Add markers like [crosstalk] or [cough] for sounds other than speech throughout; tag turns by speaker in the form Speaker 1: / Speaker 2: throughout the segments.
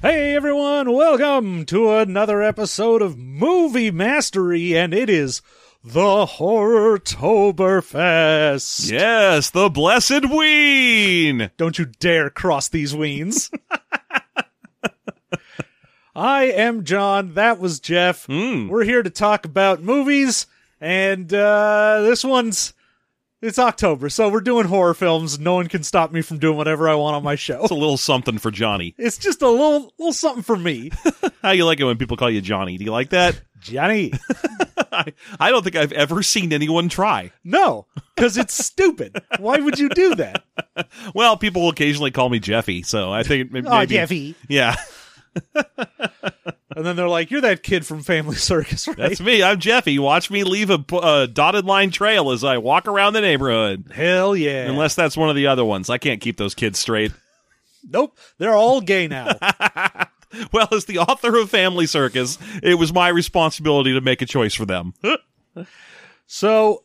Speaker 1: Hey everyone, welcome to another episode of Movie Mastery, and it is the Horrortoberfest.
Speaker 2: Yes, the blessed ween.
Speaker 1: Don't you dare cross these weens. [laughs] I am John, that was Jeff.
Speaker 2: Hmm.
Speaker 1: We're here to talk about movies, and uh, this one's. It's October, so we're doing horror films. No one can stop me from doing whatever I want on my show.
Speaker 2: It's a little something for Johnny.
Speaker 1: It's just a little little something for me.
Speaker 2: How you like it when people call you Johnny? Do you like that?
Speaker 1: Johnny.
Speaker 2: [laughs] I, I don't think I've ever seen anyone try.
Speaker 1: No, because it's stupid. Why would you do that? [laughs]
Speaker 2: Well, people will occasionally call me Jeffy, so I think [laughs] may- maybe.
Speaker 1: Oh,
Speaker 2: Yeah,
Speaker 1: And then they're like, "You're that kid from Family [laughs] Circus, right?"
Speaker 2: that's me. I'm Jeffy. Watch me leave a, p- a dotted line trail as I walk around the neighborhood.
Speaker 1: Hell yeah!
Speaker 2: Unless that's one of the other ones. I can't keep those kids straight. [laughs]
Speaker 1: nope, they're all gay now.
Speaker 2: Well, as the author of Family Circus, it was my responsibility to make a choice for them.
Speaker 1: so,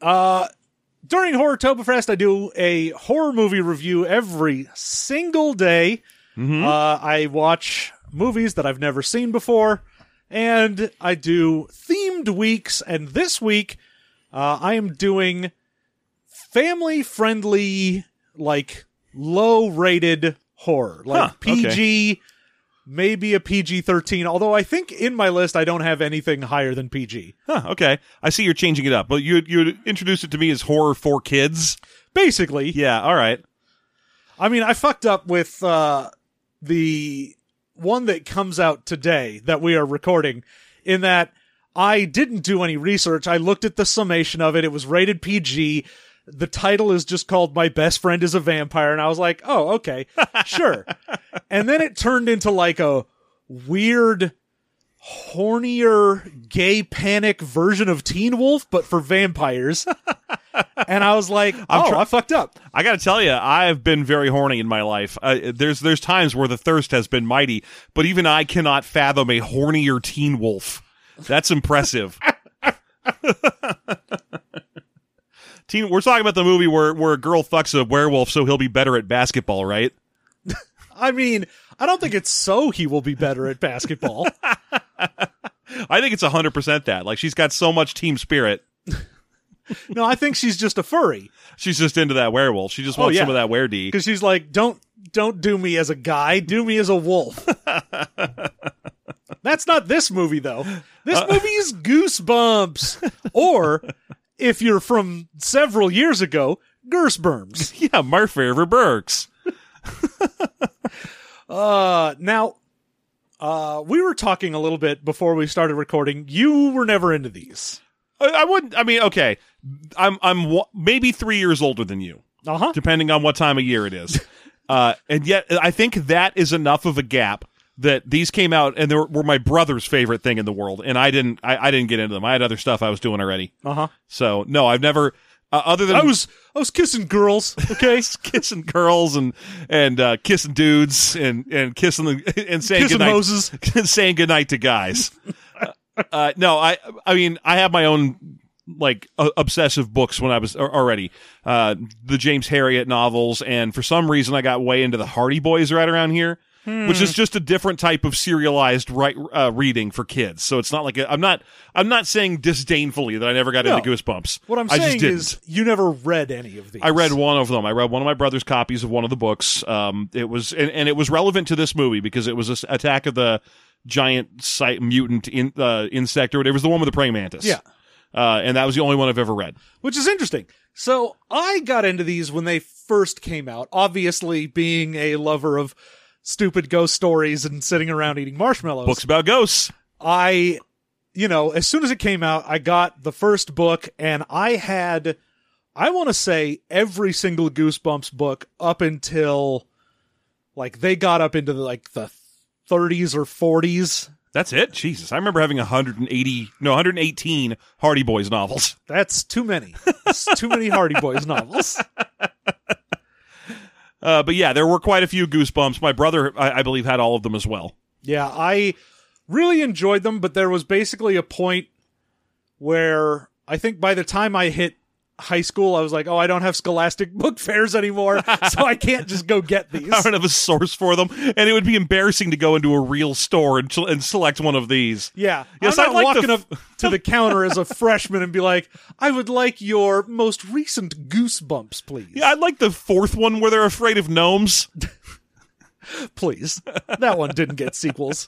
Speaker 1: uh, during Horrortoberfest, I do a horror movie review every single day.
Speaker 2: Mm-hmm.
Speaker 1: Uh, I watch movies that I've never seen before, and I do themed weeks. And this week, uh, I am doing family friendly, like low rated horror, like
Speaker 2: Huh, okay.
Speaker 1: PG, maybe a PG 13. Although I think in my list, I don't have anything higher than PG.
Speaker 2: Huh, okay. I see you're changing it up. But you you introduced it to me as horror for kids.
Speaker 1: Basically,
Speaker 2: Yeah, all right.
Speaker 1: I mean, I fucked up with uh, the one that comes out today that we are recording, in that I didn't do any research. I looked at the summation of it, it was rated PG. The title is just called My Best Friend is a Vampire. And I was like, oh, okay, sure. and then it turned into like a weird, hornier, gay panic version of Teen Wolf, but for vampires. and I was like, oh,
Speaker 2: try-
Speaker 1: I fucked up.
Speaker 2: I got to tell you, I've been very horny in my life. Uh, there's there's times where the thirst has been mighty, but even I cannot fathom a hornier teen wolf. That's impressive.
Speaker 1: [laughs]
Speaker 2: teen, we're talking about the movie where where a girl fucks a werewolf so he'll be better at basketball, right?
Speaker 1: I mean, I don't think it's so he will be better at basketball.
Speaker 2: I think it's 100% that. Like she's got so much team spirit.
Speaker 1: no, I think she's just a furry
Speaker 2: She's just into that werewolf. She just
Speaker 1: Oh,
Speaker 2: wants
Speaker 1: yeah.
Speaker 2: some of that weredy.
Speaker 1: because she's like, don't don't do me as a guy, do me as a wolf. That's not this movie though. This movie is Goosebumps, or if you're from several years ago, Gerstberms.
Speaker 2: Yeah, Marfaver Burks.
Speaker 1: Uh, now. Uh, we were talking a little bit before we started recording. You were never into these.
Speaker 2: I, I wouldn't. I mean, okay, I'm I'm wa- maybe three years older than you,
Speaker 1: Uh huh.
Speaker 2: depending on what time of year it [laughs] is. uh, and yet, I think that is enough of a gap that these came out and they were, were my brother's favorite thing in the world, and I didn't. I, I didn't get into them. I had other stuff I was doing already.
Speaker 1: Uh huh.
Speaker 2: So no, I've never. Uh, other than
Speaker 1: I
Speaker 2: [laughs]
Speaker 1: was I was kissing girls. Okay.
Speaker 2: kissing girls and and uh, kissing dudes and and kissing the, [laughs] and saying
Speaker 1: Kissing
Speaker 2: goodnight,
Speaker 1: hoses.
Speaker 2: [laughs] saying goodnight to guys. uh, no, I I mean I have my own like o- obsessive books when I was al- already uh, the James Harriet novels, and for some reason I got way into the Hardy Boys right around here.
Speaker 1: Hmm.
Speaker 2: Which is just a different type of serialized right, uh, reading for kids, so it's not like a, I'm not I'm not saying disdainfully that I never got into
Speaker 1: No.
Speaker 2: Goosebumps.
Speaker 1: What I'm
Speaker 2: I just
Speaker 1: saying
Speaker 2: didn't.
Speaker 1: is, you never read any of these.
Speaker 2: I read one of them. I read one of my brother's copies of one of the books. Um, it was and, and it was relevant to this movie because it was this attack of the giant site mutant in, uh, insect or whatever. It was the one with the praying mantis.
Speaker 1: Yeah.
Speaker 2: uh, and that was the only one I've ever read.
Speaker 1: which is interesting. So I got into these when they first came out. Obviously, being a lover of stupid ghost stories and sitting around eating marshmallows,
Speaker 2: Books about ghosts.
Speaker 1: I, you know, as soon as it came out, I got the first book, and I had, I want to say, every single Goosebumps book up until, like, they got up into the, like the 30s or 40s.
Speaker 2: That's it. Jesus, I remember having 180, no, 118 Hardy Boys novels.
Speaker 1: That's too many. It's too many Hardy Boys novels.
Speaker 2: Uh, but yeah, there were quite a few Goosebumps. My brother, I, I believe, had all of them as well. [laughs]
Speaker 1: Yeah, I really enjoyed them, but there was basically a point where I think by the time I hit high school, I was like, oh, I don't have Scholastic [laughs] book fairs anymore, so I can't just go get these.
Speaker 2: [laughs] I don't have a source for them, and it would be embarrassing to go into a real store and, and select one of these.
Speaker 1: Yeah.
Speaker 2: Yes,
Speaker 1: I'm
Speaker 2: I'd
Speaker 1: not
Speaker 2: like
Speaker 1: walking up
Speaker 2: to-
Speaker 1: to the counter
Speaker 2: [laughs]
Speaker 1: as a freshman and be like, I would like your most recent goosebumps, please.
Speaker 2: Yeah, I'd like the fourth one where they're afraid of gnomes.
Speaker 1: Please. [laughs] That one didn't get
Speaker 2: [laughs]
Speaker 1: sequels.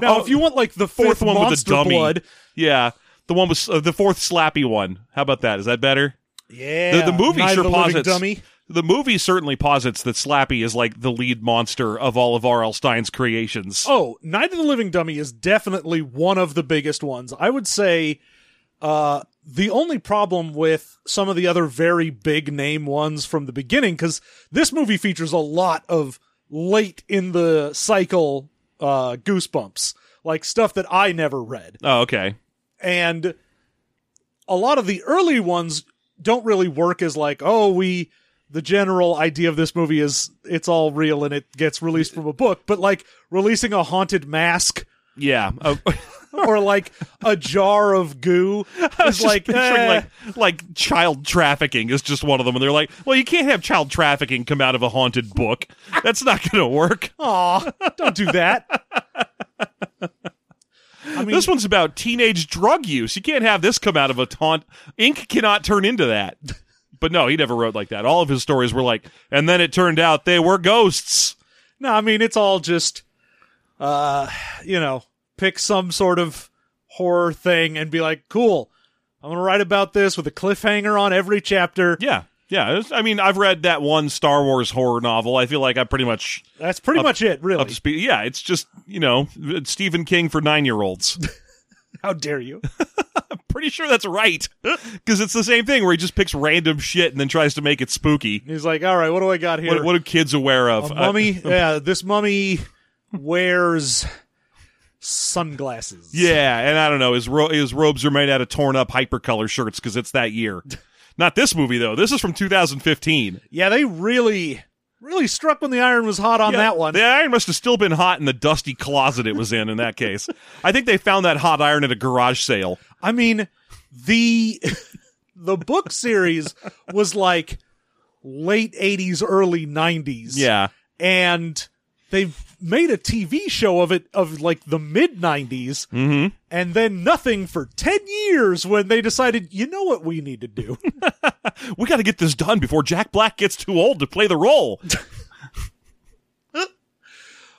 Speaker 1: Now,
Speaker 2: Oh,
Speaker 1: if you want like the
Speaker 2: Fourth
Speaker 1: fifth
Speaker 2: one with a
Speaker 1: Monster
Speaker 2: dummy.
Speaker 1: blood,
Speaker 2: Yeah, the one with uh, the fourth slappy one. How about that? Is that better?
Speaker 1: yeah,
Speaker 2: the movie
Speaker 1: Night of
Speaker 2: sure
Speaker 1: the Living
Speaker 2: posits-
Speaker 1: dummy.
Speaker 2: The movie certainly posits that Slappy is like the lead monster of all of R.L. Stein's creations.
Speaker 1: Oh, Night of the Living Dummy is definitely one of the biggest ones. I would say uh, the only problem with some of the other very big name ones from the beginning, because this movie features a lot of late in the cycle uh, goosebumps, like stuff that I never read.
Speaker 2: Oh, okay.
Speaker 1: And a lot of the early ones don't really work as like, oh, we. The general idea of this movie is it's all real and it gets released from a book, but like releasing a haunted mask
Speaker 2: Yeah. [laughs] Oh,
Speaker 1: or like a jar of goo.
Speaker 2: It's
Speaker 1: It's like, eh,
Speaker 2: like like child trafficking is just one of them, and they're like, well, you can't have child trafficking come out of a haunted book. That's not going to work.
Speaker 1: aw, don't do that. I mean,
Speaker 2: This one's about teenage drug use. You can't have this come out of a taunt. Ink cannot turn
Speaker 1: [laughs]
Speaker 2: into that. But no, he never wrote like that. All of his stories were like, and then it turned out they were ghosts.
Speaker 1: no, I mean it's all just, uh, you know, pick some sort of horror thing and be like, cool. I'm gonna write about this with a cliffhanger on every chapter.
Speaker 2: Yeah. Yeah. It was- I mean, I've read that one Star Wars horror novel. I feel like I pretty much
Speaker 1: That's pretty much it, really.
Speaker 2: up to speed. Yeah. It's just, you know, it's Stephen King for nine year olds.
Speaker 1: How dare you?
Speaker 2: [laughs] pretty sure that's right. [laughs] Because it's the same thing where he just picks random shit and then tries to make it spooky.
Speaker 1: [laughs] He's like, all right, what do I got here?
Speaker 2: What, what are kids aware of?
Speaker 1: A
Speaker 2: Uh, [laughs]
Speaker 1: mummy. yeah, this mummy wears sunglasses.
Speaker 2: Yeah, and I don't know. His ro- his robes are made out of torn up hypercolor shirts because it's that
Speaker 1: [laughs]
Speaker 2: year. Not this movie though. This is from 2015.
Speaker 1: Yeah, they really, really struck when the iron was hot on
Speaker 2: Yeah,
Speaker 1: that one.
Speaker 2: The iron must have still been hot in the dusty closet it was in. In
Speaker 1: [laughs]
Speaker 2: that case, I think they found that hot iron at a garage sale.
Speaker 1: I mean, the [laughs] the book series was like late '80s, early '90s.
Speaker 2: Yeah,
Speaker 1: and they've made a TV show of it of like the mid '90s,
Speaker 2: Mhm.
Speaker 1: and then nothing for ten years when they decided, you know what, we need to do.
Speaker 2: we got to get this done before Jack Black gets too old to play the role.
Speaker 1: [laughs]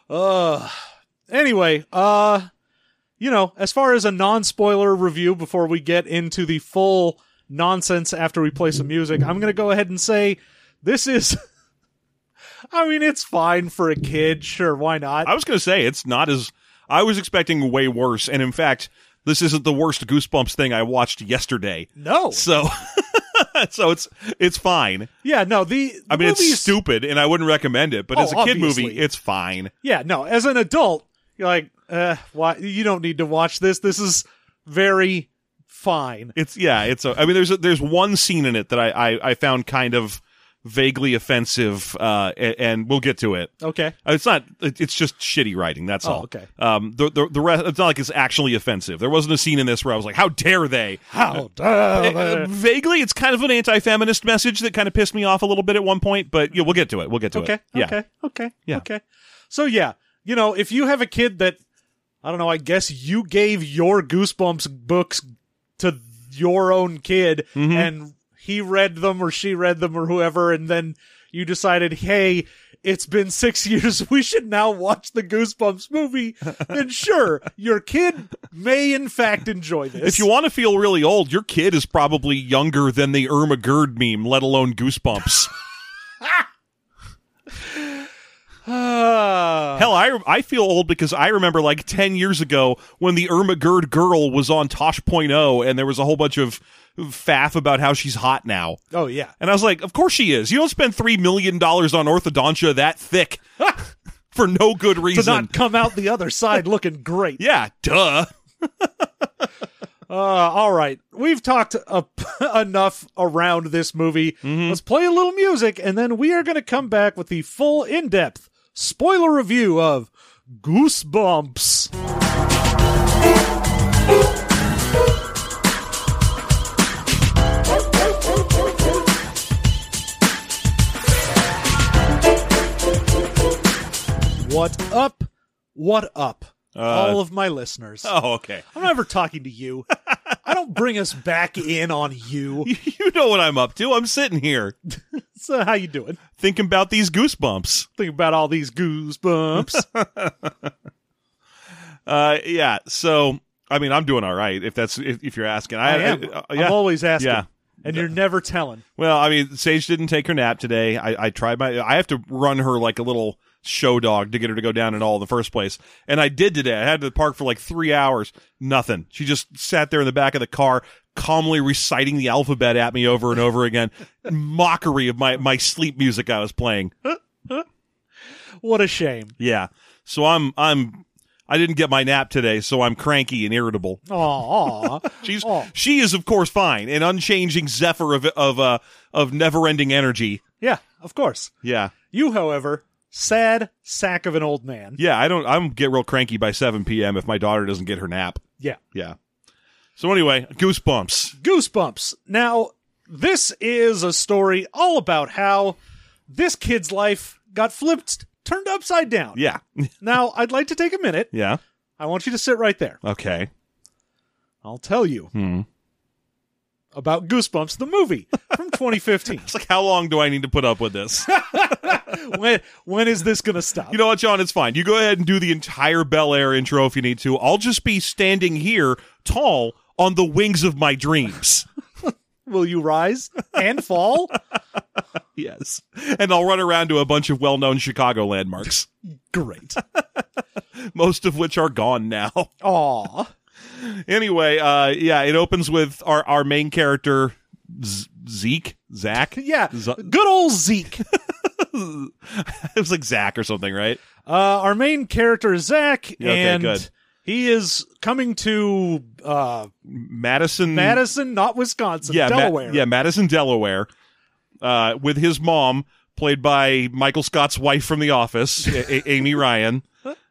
Speaker 1: Uh anyway, uh you know, as far as a non-spoiler review before we get into the full nonsense after we play some music, I'm going to go ahead and say this is [laughs] I mean, it's fine for a kid, sure, why not?
Speaker 2: I was going to say it's not as I was expecting way worse, and in fact, this isn't the worst Goosebumps thing I watched yesterday.
Speaker 1: no.
Speaker 2: So, [laughs] so it's it's fine.
Speaker 1: Yeah, no, the, the
Speaker 2: I mean,
Speaker 1: movie's-
Speaker 2: it's stupid, and I wouldn't recommend it. But
Speaker 1: Oh,
Speaker 2: as a kid
Speaker 1: obviously.
Speaker 2: movie, it's fine.
Speaker 1: Yeah, no, as an adult, you're like, uh, why you don't need to watch this. This is very fine.
Speaker 2: It's yeah, it's. A, I mean, there's a, there's one scene in it that I I, I found kind of vaguely offensive, uh, and, and we'll get to it.
Speaker 1: Okay.
Speaker 2: Uh, It's not. it- It's just shitty writing. That's
Speaker 1: Oh,
Speaker 2: all.
Speaker 1: okay.
Speaker 2: Um. The the the rest. It's not like it's actually offensive. There wasn't a scene in this where I was like, "How dare
Speaker 1: [laughs]
Speaker 2: they."
Speaker 1: How Oh,
Speaker 2: Uh, vaguely, it's kind of an anti-feminist message that kind of pissed me off a little bit at one point, but yeah, we'll get to it. We'll get to
Speaker 1: okay,
Speaker 2: it. Yeah.
Speaker 1: Okay. Okay.
Speaker 2: Yeah.
Speaker 1: Okay. So yeah, you know, if you have a kid that I don't know, I guess you gave your Goosebumps books to your own kid
Speaker 2: Mm-hmm.
Speaker 1: and he read them or she read them or whoever and then you decided, "Hey, it's been 6 [laughs] years. We should now watch the Goosebumps
Speaker 2: [laughs]
Speaker 1: movie." then sure, your kid may in fact enjoy this.
Speaker 2: If you want to feel really old, your kid is probably younger than the Irma Gerd meme, let alone Goosebumps.
Speaker 1: Ah.
Speaker 2: Hell, I I feel old because I remember like ten years ago when the Irma Gerd girl was on Tosh.0 and there was a whole bunch of faff about how she's hot now.
Speaker 1: oh yeah.
Speaker 2: And I was like, of course she is. You don't spend three million dollars on orthodontia that thick for no good
Speaker 1: To
Speaker 2: reason.
Speaker 1: not come out the other side looking great.
Speaker 2: yeah, duh.
Speaker 1: Uh, all right. We've talked uh, [laughs] enough around this movie. Let's play a little music, and then we are going to come back with the full in depth spoiler review of Goosebumps.
Speaker 3: Thank you.
Speaker 1: What up? What up?
Speaker 2: Uh,
Speaker 1: All of my listeners.
Speaker 2: oh, okay.
Speaker 1: I'm never talking to you. I don't bring us back in on you.
Speaker 2: [laughs] You know what I'm up to. I'm sitting here
Speaker 1: [laughs] So how you doing?
Speaker 2: thinking about these goosebumps.
Speaker 1: Think about all these goosebumps.
Speaker 2: Uh, yeah. So, I mean, I'm doing all right. If that's if, if you're asking,
Speaker 1: [laughs] I
Speaker 2: I,
Speaker 1: am.
Speaker 2: uh,
Speaker 1: I'm
Speaker 2: yeah.
Speaker 1: always asking.
Speaker 2: Yeah.
Speaker 1: And you're never telling.
Speaker 2: Well, I mean, Sage didn't take her nap today. I, I tried my. I have to run her like a little show dog to get her to go down at all in the first place, and I did today. I had to park for like three hours. Nothing. She just sat there in the back of the car, calmly reciting the alphabet at me over and over again, [laughs] mockery of my my sleep music I was playing.
Speaker 1: What a shame.
Speaker 2: Yeah. So I'm I'm I didn't get my nap today, so I'm cranky and irritable.
Speaker 1: [laughs] Aw.
Speaker 2: She's
Speaker 1: Aw.
Speaker 2: she is of course fine, an unchanging zephyr of of uh of never ending energy.
Speaker 1: yeah, of course.
Speaker 2: Yeah.
Speaker 1: You, however, sad sack of an old man.
Speaker 2: Yeah, I don't. I'm get real cranky by 7 p.m. if my daughter doesn't get her nap.
Speaker 1: Yeah.
Speaker 2: Yeah. So anyway, goosebumps.
Speaker 1: Goosebumps. Now, this is a story all about how this kid's life got flipped, turned upside down.
Speaker 2: Yeah. [laughs]
Speaker 1: Now, I'd like to take a minute.
Speaker 2: Yeah.
Speaker 1: I want you to sit right there.
Speaker 2: Okay.
Speaker 1: I'll tell you
Speaker 2: Hmm.
Speaker 1: about Goosebumps, the movie
Speaker 2: [laughs]
Speaker 1: from 2015.
Speaker 2: It's like, how long do I need to put up with this?
Speaker 1: when when is this going to stop?
Speaker 2: you know what, John? It's fine. You go ahead and do the entire Bel Air intro if you need to. I'll just be standing here, tall, on the wings of my dreams. [laughs]
Speaker 1: Will you rise and [laughs] fall?
Speaker 2: yes. And I'll run around to a bunch of well-known Chicago landmarks,
Speaker 1: Great.
Speaker 2: most of which are gone now.
Speaker 1: Aw.
Speaker 2: anyway, uh, yeah, it opens with our our main character. Z- Zeke, Zach,
Speaker 1: Yeah.
Speaker 2: Z-
Speaker 1: Good old Zeke.
Speaker 2: it was like Zach or something, right?
Speaker 1: Uh, our main character is
Speaker 2: [laughs]
Speaker 1: Zach,
Speaker 2: okay,
Speaker 1: and
Speaker 2: good.
Speaker 1: he is coming to uh,
Speaker 2: Madison,
Speaker 1: Madison, not Wisconsin,
Speaker 2: yeah, Ma-
Speaker 1: Delaware.
Speaker 2: yeah, Madison, Delaware, uh, with his mom, played by Michael Scott's wife from The Office, A- A- Amy Ryan.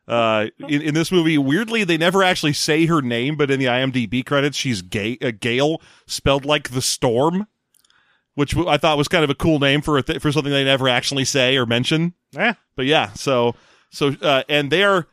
Speaker 2: Uh, in, in this movie, weirdly, they never actually say her name, but in the IMDb credits, she's Ga- uh, Gale, spelled like the storm, which w- I thought was kind of a cool name for a th- for something they never actually say or mention.
Speaker 1: Eh,
Speaker 2: But yeah, so so uh, and they are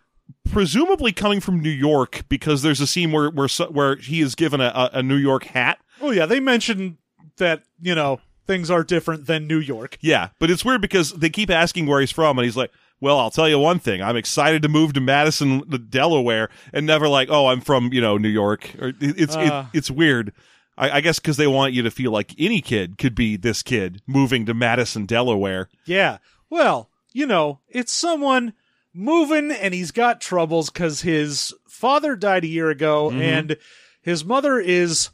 Speaker 2: presumably coming from New York because there's a scene where where so- where he is given a, a, a New York hat.
Speaker 1: Oh, yeah. They mentioned that, you know, things are different than New York.
Speaker 2: Yeah, but it's weird because they keep asking where he's from, and he's like, "Well, I'll tell you one thing. I'm excited to move to Madison, Delaware, and never like, oh, I'm from you know New York." Or it- it's
Speaker 1: Uh.
Speaker 2: it, it's weird. I, I guess because they want you to feel like any kid could be this kid moving to Madison, Delaware.
Speaker 1: Yeah. Well, you know, it's someone moving and he's got troubles because his father died a year ago and his mother is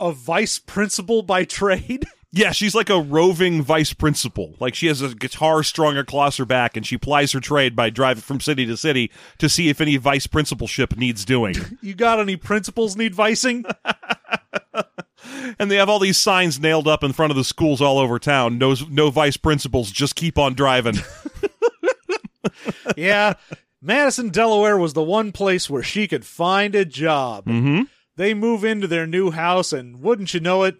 Speaker 1: a vice principal by trade. [laughs]
Speaker 2: Yeah, she's like a roving vice principal. Like she has a guitar strung across her back, and she plies her trade by driving from city to city to see if any vice principalship needs doing.
Speaker 1: you got any principals need vicing?
Speaker 2: and they have all these signs nailed up in front of the schools all over town. No, no vice principals. Just keep on driving.
Speaker 1: yeah. Madison, Delaware was the one place where she could find a job.
Speaker 2: Mm-hmm.
Speaker 1: They move into their new house, and wouldn't you know it,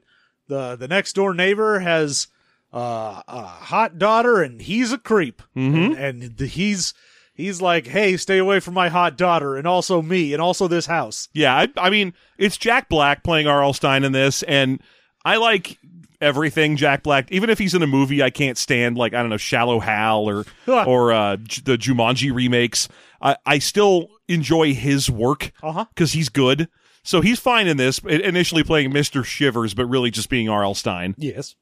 Speaker 1: the, the next door neighbor has uh, a hot daughter, and he's a creep.
Speaker 2: Mhm.
Speaker 1: And, and he's he's like, hey, stay away from my hot daughter, and also me, and also this house.
Speaker 2: Yeah, I, I mean, it's Jack Black playing R.L. Stein in this, and I like everything Jack Black. Even if he's in a movie, I can't stand like I don't know, Shallow Hal or or uh, J- the Jumanji remakes. I, I still enjoy his work
Speaker 1: Uh huh.
Speaker 2: because he's good. So he's fine in this. i- Initially playing Mister Shivers, but really just being R.L. Stein. [laughs]
Speaker 1: Yes.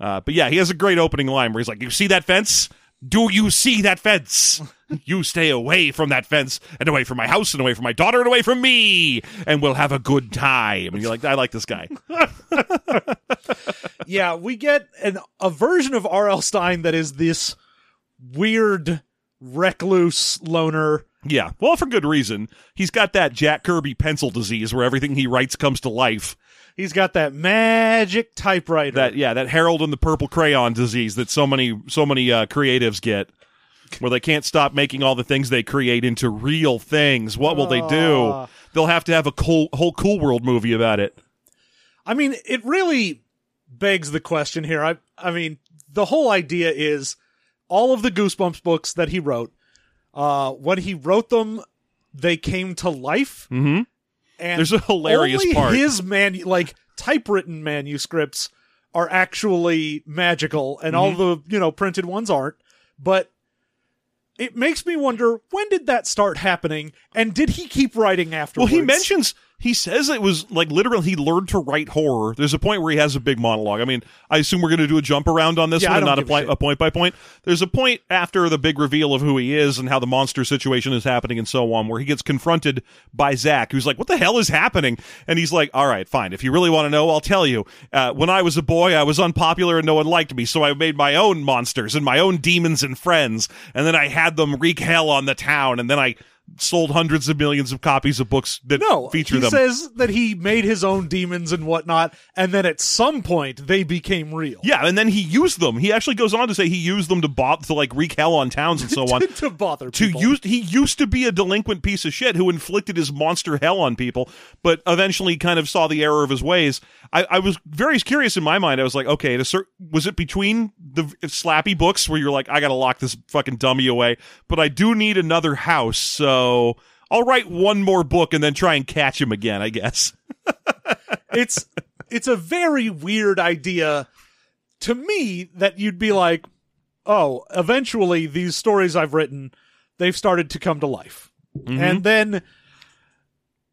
Speaker 2: Uh, but yeah, he has a great opening line where he's like, "You see that fence? Do you see that fence? you stay away from that fence and away from my house and away from my daughter and away from me, and we'll have a good time." And you're like, "I like this guy." [laughs]
Speaker 1: yeah, we get an a version of R.L. Stein that is this weird recluse loner.
Speaker 2: yeah, well, for good reason. He's got that Jack Kirby pencil disease where everything he writes comes to life.
Speaker 1: He's got that magic typewriter.
Speaker 2: That yeah, that Harold and the Purple Crayon disease that so many so many uh, creatives get. Where they can't stop making all the things they create into real things. What will they do?
Speaker 1: Ah.
Speaker 2: They'll have to have a cool, whole Cool World movie about it.
Speaker 1: I mean, it really begs the question here. I I mean, the whole idea is all of the Goosebumps books that he wrote Uh, when he wrote them, they came to life.
Speaker 2: Mm-hmm.
Speaker 1: And
Speaker 2: There's a hilarious
Speaker 1: only
Speaker 2: part.
Speaker 1: His man, like typewritten manuscripts, are actually magical, and all
Speaker 2: Mm-hmm.
Speaker 1: the you know printed ones aren't. But it makes me wonder when did that start happening, and did he keep writing
Speaker 2: Well,
Speaker 1: afterwards?
Speaker 2: he mentions he says it was like literally he learned to write horror. There's a point where he has a big monologue. I mean, I assume we're going to do a jump around on this
Speaker 1: Yeah, I
Speaker 2: one, and
Speaker 1: don't
Speaker 2: not a,
Speaker 1: give a
Speaker 2: pli-
Speaker 1: shit.
Speaker 2: a point by point. There's a point after the big reveal of who he is and how the monster situation is happening and so on, where he gets confronted by Zach, who's like, "What the hell is happening?" And he's like, "All right, fine. If you really want to know, I'll tell you. Uh, when I was a boy, I was unpopular and no one liked me, so I made my own monsters and my own demons and friends, and then I had them wreak hell on the town, and then I." Sold hundreds of millions of copies of books that
Speaker 1: No,
Speaker 2: feature
Speaker 1: he
Speaker 2: them.
Speaker 1: says that he made his own demons and whatnot, and then at some point they became real.
Speaker 2: Yeah, and then he used them. He actually goes on to say he used them to bot to like wreak hell on towns and so
Speaker 1: [laughs]
Speaker 2: on.
Speaker 1: to bother
Speaker 2: To
Speaker 1: people.
Speaker 2: used he used to be a delinquent piece of shit who inflicted his monster hell on people, but eventually kind of saw the error of his ways. I, I was very curious in my mind. I was like, okay, to cer- was it between the v- slappy books where you're like, I gotta lock this fucking dummy away, but I do need another house, so I'll write one more book and then try and catch him again. I guess.
Speaker 1: it's it's a very weird idea to me that you'd be like, oh, eventually these stories I've written, they've started to come to life, and then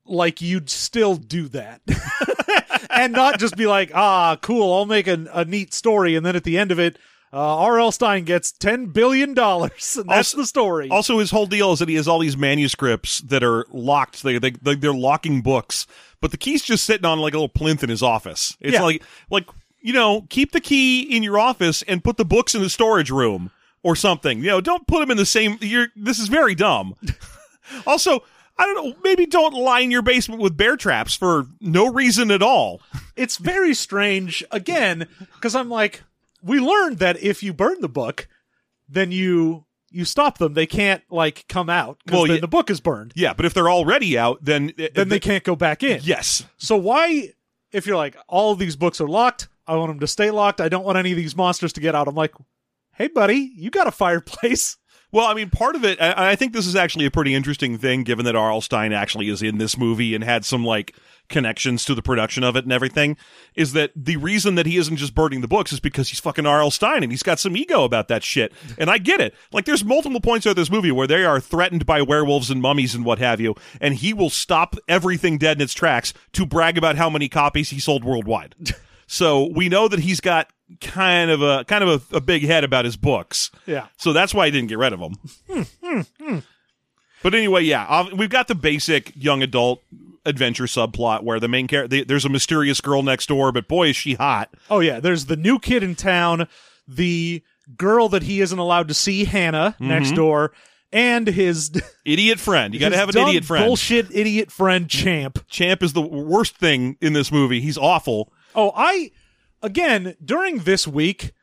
Speaker 1: like you'd still do that. [laughs] and not just be like, ah, cool, I'll make an, a neat story, and then at the end of it, uh, R.L. Stein gets ten billion dollars, and that's
Speaker 2: Also-
Speaker 1: the story.
Speaker 2: Also, his whole deal is that he has all these manuscripts that are locked. They they they- they're locking books, but the key's just sitting on like a little plinth in his office. It's
Speaker 1: Yeah.
Speaker 2: like like you know, keep the key in your office and put the books in the storage room or something. You know, don't put them in the same. You're this is
Speaker 1: [laughs]
Speaker 2: very dumb. also. I don't know. Maybe don't line your basement with bear traps for no reason at all.
Speaker 1: it's very strange again because i'm like we learned that if you burn the book then you you stop them they can't like come out because
Speaker 2: Well,
Speaker 1: then
Speaker 2: yeah.
Speaker 1: the book is burned
Speaker 2: Yeah, but if they're already out, then
Speaker 1: then they can't go back in
Speaker 2: yes,
Speaker 1: so why if you're like all of these books are locked i want them to stay locked i don't want any of these monsters to get out i'm like hey buddy you got a [laughs] fireplace
Speaker 2: Well, I mean, part of it, I, I think this is actually a pretty interesting thing, given that R.L. Stein actually is in this movie and had some like connections to the production of it and everything. Is that the reason that he isn't just burning the books is because he's fucking R.L. Stein and he's got some ego about that shit. And I get it. Like, there's multiple points of this movie where they are threatened by werewolves and mummies and what have you, and he will stop everything dead in its tracks to brag about how many copies he sold worldwide. so we know that he's got kind of a kind of a, a big head about his books.
Speaker 1: yeah
Speaker 2: So that's why I didn't get rid of them. but anyway, yeah, ob- we've got the basic young adult adventure subplot where the main character there's a mysterious girl next door, but boy is she hot.
Speaker 1: oh yeah there's the new kid in town the girl that he isn't allowed to see hannah next door and his [laughs]
Speaker 2: Idiot friend. You got to
Speaker 1: his
Speaker 2: have an
Speaker 1: dumb
Speaker 2: idiot friend.
Speaker 1: bullshit idiot friend champ
Speaker 2: Champ is the worst thing in this movie. He's awful.
Speaker 1: Oh, I again during this week,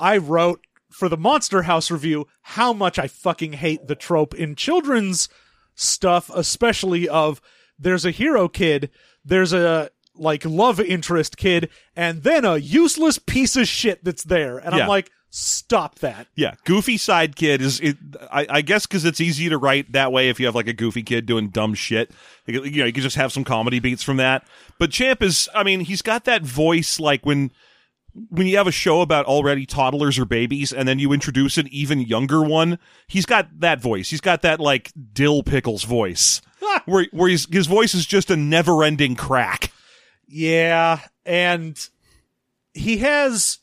Speaker 1: I wrote for the Monster House review how much I fucking hate the trope in children's stuff, especially of there's a hero kid, there's a like love interest kid, and then a useless piece of shit that's there, and
Speaker 2: Yeah.
Speaker 1: I'm like, stop that.
Speaker 2: Yeah, goofy side kid is. It, I, I guess because it's easy to write that way. If you have like a goofy kid doing dumb shit, you, could- you know, you can just have some comedy beats from that. But Champ is. I mean, he's got that voice like when when you have a show about already toddlers or babies, and then you introduce an even younger one. He's got that voice. He's got that like dill pickles voice, where where he's, his voice is just a never ending crack.
Speaker 1: Yeah, and he has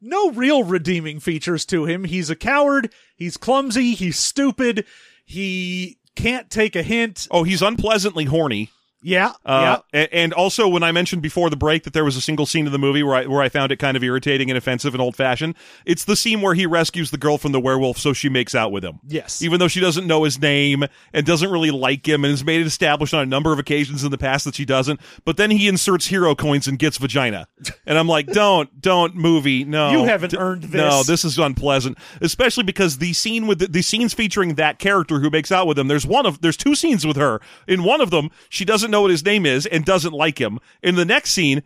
Speaker 1: no real redeeming features to him. He's a coward, he's clumsy, he's stupid, he can't take a hint.
Speaker 2: Oh, he's unpleasantly horny.
Speaker 1: Yeah,
Speaker 2: Uh, a- and also when I mentioned before the break that there was a single scene in the movie where I where I found it kind of irritating and offensive and old fashioned. It's the scene where he rescues the girl from the werewolf, so she makes out with him.
Speaker 1: Yes.
Speaker 2: even though she doesn't know his name and doesn't really like him, and has made it established on a number of occasions in the past that she doesn't. But then he inserts hero coins and
Speaker 1: [laughs]
Speaker 2: gets vagina, and I'm like, don't, don't, movie, no,
Speaker 1: You haven't
Speaker 2: D-
Speaker 1: earned this.
Speaker 2: No, this is unpleasant, especially because the scene with the, the scenes featuring that character who makes out with him. There's one of there's two scenes with her. In one of them, she doesn't know what his name is and doesn't like him. In the next scene,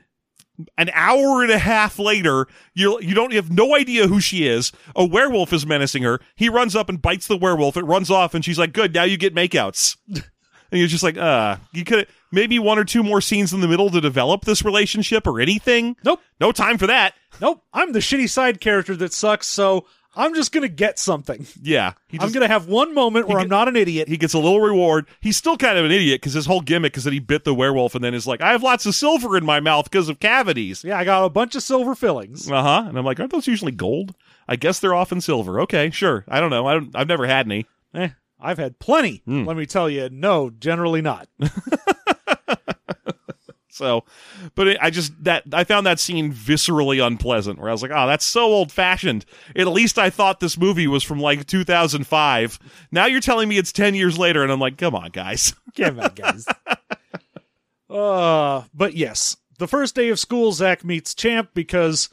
Speaker 2: an hour and a half later, you you don't you have no idea who she is. A werewolf is menacing her. He runs up and bites the werewolf. It runs off, and she's like, "Good, now you get makeouts." [laughs] and you're just like, "Uh, you could maybe one or two more scenes in the middle to develop this relationship or anything."
Speaker 1: Nope.
Speaker 2: no time for that.
Speaker 1: Nope. I'm the shitty side character that sucks, so I'm just gonna get something.
Speaker 2: Yeah, he
Speaker 1: I'm gonna have one moment where I'm not an idiot.
Speaker 2: he gets a little reward. He's still kind of an idiot because his whole gimmick is that he bit the werewolf and then is like, "I have lots of silver in my mouth because of cavities."
Speaker 1: yeah, I got a bunch of silver fillings.
Speaker 2: Uh huh. And I'm like, aren't those usually gold? I guess they're often silver. Okay, sure. I don't know. I don't, I've never had any.
Speaker 1: Eh, I've had plenty. Let me tell you, no, generally not.
Speaker 2: So, but it, I just that I found that scene viscerally unpleasant. Where I was like, oh, that's so old fashioned. At least I thought this movie was from like 2005. Now you're telling me it's 10 years later, and I'm like, come on, guys. [laughs]
Speaker 1: Come on, guys. [laughs] uh, but yes, the first day of school, Zach meets Champ because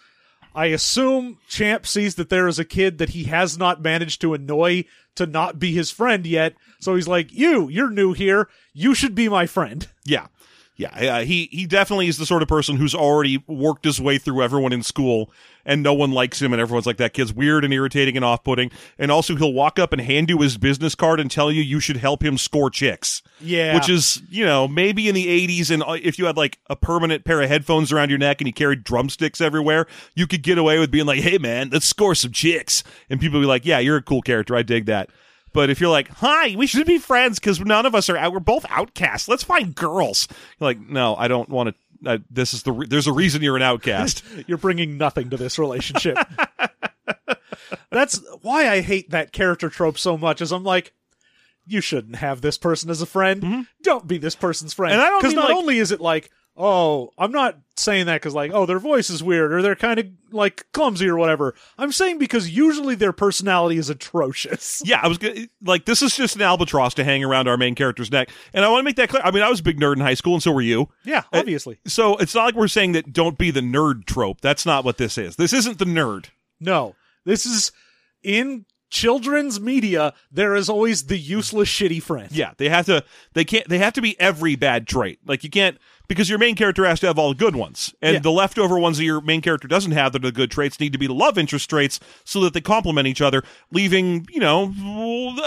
Speaker 1: I assume Champ sees that there is a kid that he has not managed to annoy to not be his friend yet. So he's like, "You, you're new here. You should be my friend."
Speaker 2: Yeah. Yeah, uh, he he definitely is the sort of person who's already worked his way through everyone in school, and no one likes him, and everyone's like that kid's weird and irritating and off-putting. And also, he'll walk up and hand you his business card and tell you you should help him score chicks.
Speaker 1: Yeah.
Speaker 2: which is you know maybe in the '80s, and uh, if you had like a permanent pair of headphones around your neck and you carried drumsticks everywhere, you could get away with being like, "Hey man, let's score some chicks," and people would be like, "Yeah, you're a cool character. I dig that." But if you're like, hi, we should be friends because none of us are out. We're both outcasts. Let's find girls. You're like, no, I don't want to. Uh, this is the. Re- there's a reason you're
Speaker 1: [laughs]
Speaker 2: an outcast.
Speaker 1: You're bringing nothing to this relationship. [laughs] That's why I hate that character trope so much. Is I'm like, you shouldn't have this person as a friend. Don't be this person's friend.
Speaker 2: And I don't
Speaker 1: because
Speaker 2: mean,
Speaker 1: not
Speaker 2: like-
Speaker 1: only is it like, oh, I'm not saying that because like, oh, their voice is weird or they're kind of like clumsy or whatever. I'm saying because usually their personality is atrocious.
Speaker 2: yeah, I was gonna, like, this is just an albatross to hang around our main character's neck, and I want to make that clear. I mean, I was a big nerd in high school, and so were you.
Speaker 1: [laughs] Yeah, obviously.
Speaker 2: So it's not like we're saying that don't be the nerd trope. That's not what this is. This isn't the nerd.
Speaker 1: No, this is in children's media. There is always the useless, shitty friend.
Speaker 2: Yeah, they have to. They can't. They have to be every bad trait. Like you can't because your main character has to have all the good ones, and
Speaker 1: Yeah.
Speaker 2: the leftover ones that your main character doesn't have that are the good traits need to be the love interest traits so that they complement each other, leaving you know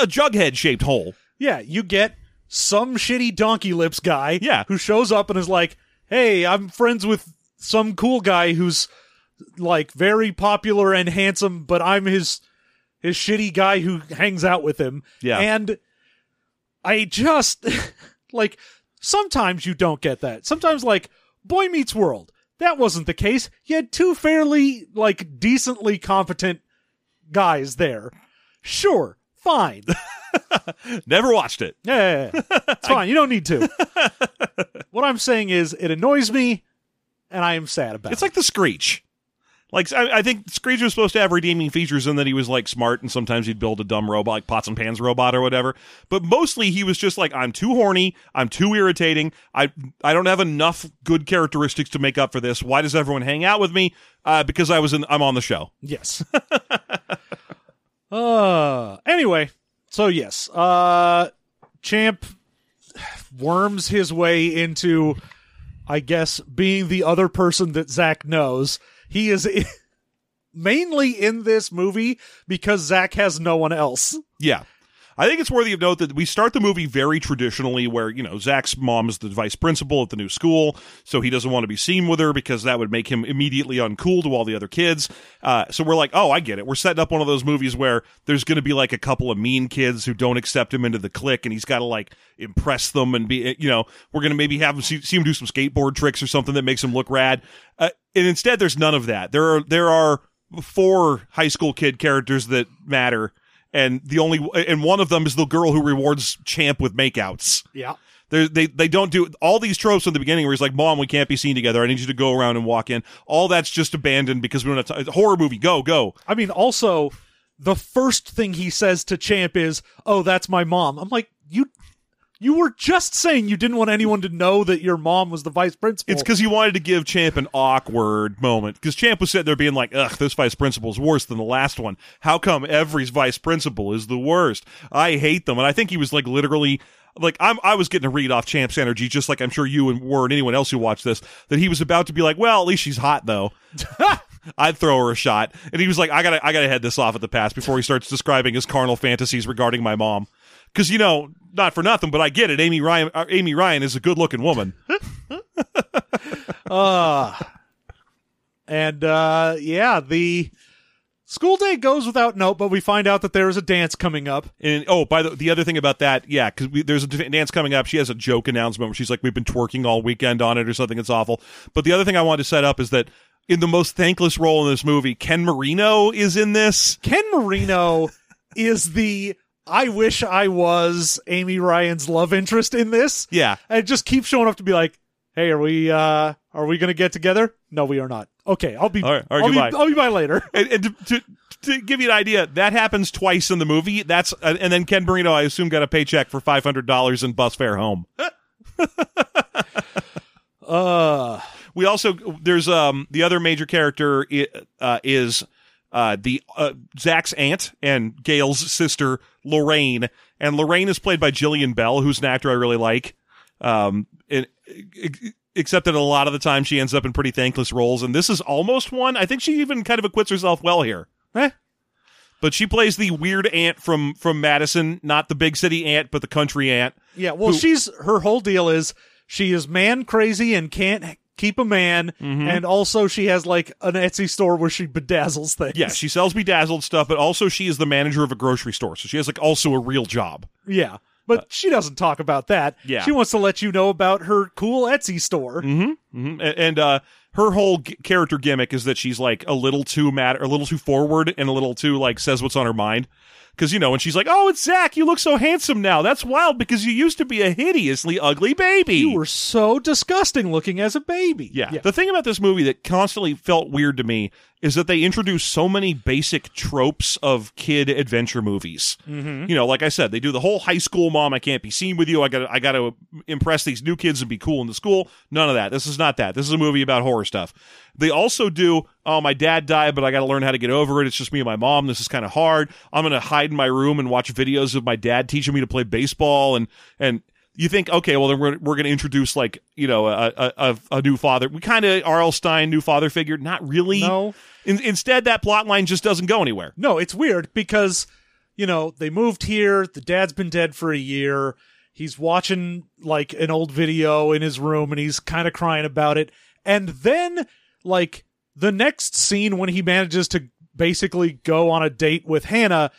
Speaker 2: a jughead shaped hole.
Speaker 1: Yeah, you get some shitty donkey lips guy
Speaker 2: Yeah.
Speaker 1: who shows up and is like, "Hey, I'm friends with some cool guy who's like very popular and handsome, but I'm his his shitty guy who hangs out with him."
Speaker 2: Yeah.
Speaker 1: And I just [laughs] like sometimes you don't get that. Sometimes like Boy Meets World. That wasn't the case. You had two fairly like decently competent guys there. Sure, fine.
Speaker 2: Never watched it.
Speaker 1: Yeah, yeah, yeah. it's fine. You don't need
Speaker 2: [laughs]
Speaker 1: to. what I'm saying is, it annoys me, and I am sad about
Speaker 2: It's
Speaker 1: it.
Speaker 2: like the Screech. Like I, I think Screech was supposed to have redeeming features, and that he was like smart, and sometimes he'd build a dumb robot, like pots and pans robot or whatever. But mostly, he was just like, I'm too horny, I'm too irritating, I I don't have enough good characteristics to make up for this. Why does everyone hang out with me? Uh, because I was in, I'm on the show.
Speaker 1: yes. [laughs] uh. Anyway, so yes, uh, Champ worms his way into, I guess, being the other person that Zach knows. He is. [laughs] Mainly in this movie because Zach has no one else.
Speaker 2: Yeah. I think it's worthy of note that we start the movie very traditionally, where, you know, Zach's mom is the vice principal at the new school, so he doesn't want to be seen with her because that would make him immediately uncool to all the other kids. Uh, so we're like, oh, I get it. We're setting up one of those movies where there's going to be like a couple of mean kids who don't accept him into the clique, and he's got to like impress them and be, you know, we're going to maybe have him see, see him do some skateboard tricks or something that makes him look rad. Uh, and instead, there's none of that. There are, there are four high school kid characters that matter and the only and one of them is the girl who rewards Champ with makeouts.
Speaker 1: Yeah.
Speaker 2: They're, they they don't do all these tropes in the beginning where he's like, "Mom, we can't be seen together. I need you to go around and walk in." All that's just abandoned because we don't have time. It's a horror movie. Go go.
Speaker 1: I mean, also, the first thing he says to Champ is, "Oh, that's my mom." I'm like, you, you were just saying you didn't want anyone to know that your mom was the vice principal.
Speaker 2: It's because he wanted to give Champ an awkward moment because Champ was sitting there being like, "Ugh, this vice principal's worse than the last one. How come every vice principal is the worst? I hate them." And I think he was like literally. like I'm, I was getting a read off Champs Energy, just like I'm sure you and were and anyone else who watched this, that he was about to be like, well, at least she's hot though. I'd throw her a shot, and he was like, I gotta, I gotta head this off at the pass before he starts describing his carnal fantasies regarding my mom, because you know, not for nothing, but I get it. Amy Ryan, uh, Amy Ryan is a good looking woman.
Speaker 1: Uh, and uh, yeah, the school day goes without note, but we find out that there is a dance coming up.
Speaker 2: And oh, by the the other thing about that, yeah, because there's a d- dance coming up. She has a joke announcement where she's like, "We've been twerking all weekend on it" or something. It's awful. But the other thing I wanted to set up is that in the most thankless role in this movie, Ken Marino is in this.
Speaker 1: Ken Marino is the I wish I was Amy Ryan's love interest in this.
Speaker 2: Yeah,
Speaker 1: And it just keeps showing up to be like, hey, are we uh are we gonna get together? No, we are not. Okay, I'll be
Speaker 2: All right, all right,
Speaker 1: I'll, be
Speaker 2: goodbye.
Speaker 1: I'll be by later.
Speaker 2: [laughs] and, and to, to, to give you an idea, that happens twice in the movie. That's uh, and then Ken Marino, I assume, got a paycheck for five hundred dollars in bus fare home.
Speaker 1: Uh
Speaker 2: We also there's um the other major character i- uh, is uh the uh, Zach's aunt and Gail's sister Lorraine, and Lorraine is played by Jillian Bell, who's an actor I really like. Um, and, ex- except that a lot of the time she ends up in pretty thankless roles, and this is almost one. I think she even kind of acquits herself well here.
Speaker 1: eh,
Speaker 2: But she plays the weird aunt from from Madison, not the big city aunt, but the country aunt.
Speaker 1: yeah, well she's her whole deal is she is man crazy and can't h- keep a man
Speaker 2: Mm-hmm.
Speaker 1: and also she has like an Etsy store where she bedazzles things.
Speaker 2: Yeah, she sells bedazzled stuff, but also she is the manager of a grocery store, so she has like also a real job.
Speaker 1: [laughs] Yeah. But she doesn't talk about that.
Speaker 2: Uh, yeah.
Speaker 1: She wants to let you know about her cool Etsy store. Mm-hmm.
Speaker 2: hmm And, and, uh, her whole g- character gimmick is that she's like a little too mad, a little too forward, and a little too like says what's on her mind. Because you know, when she's like, "Oh, it's Zach. You look so handsome now. That's wild because you used to be a hideously ugly baby."
Speaker 1: You were so disgusting looking as a baby.
Speaker 2: Mm-hmm. Yeah. The thing about this movie that constantly felt weird to me is that they introduce so many basic tropes of kid adventure movies. Mm-hmm. You know, like I said, they do the whole high school mom. I can't be seen with you. I got to I got to impress these new kids and be cool in the school. None of that. This is not that. This is a movie about horror stuff. They also do. Oh, my dad died, but I got to learn how to get over it. It's just me and my mom. This is kind of hard. I'm gonna hide in my room and watch videos of my dad teaching me to play baseball and and you think, okay, well, then we're, we're going to introduce like you know a a, a, a new father. We kind of R.L. Stein new father figure, not really.
Speaker 1: No.
Speaker 2: In, instead, that plot line just doesn't go anywhere.
Speaker 1: No, it's weird because, you know, they moved here. The dad's been dead for a year. He's watching like an old video in his room and he's kind of crying about it. And then, like, the next scene when he manages to basically go on a date with Hannah.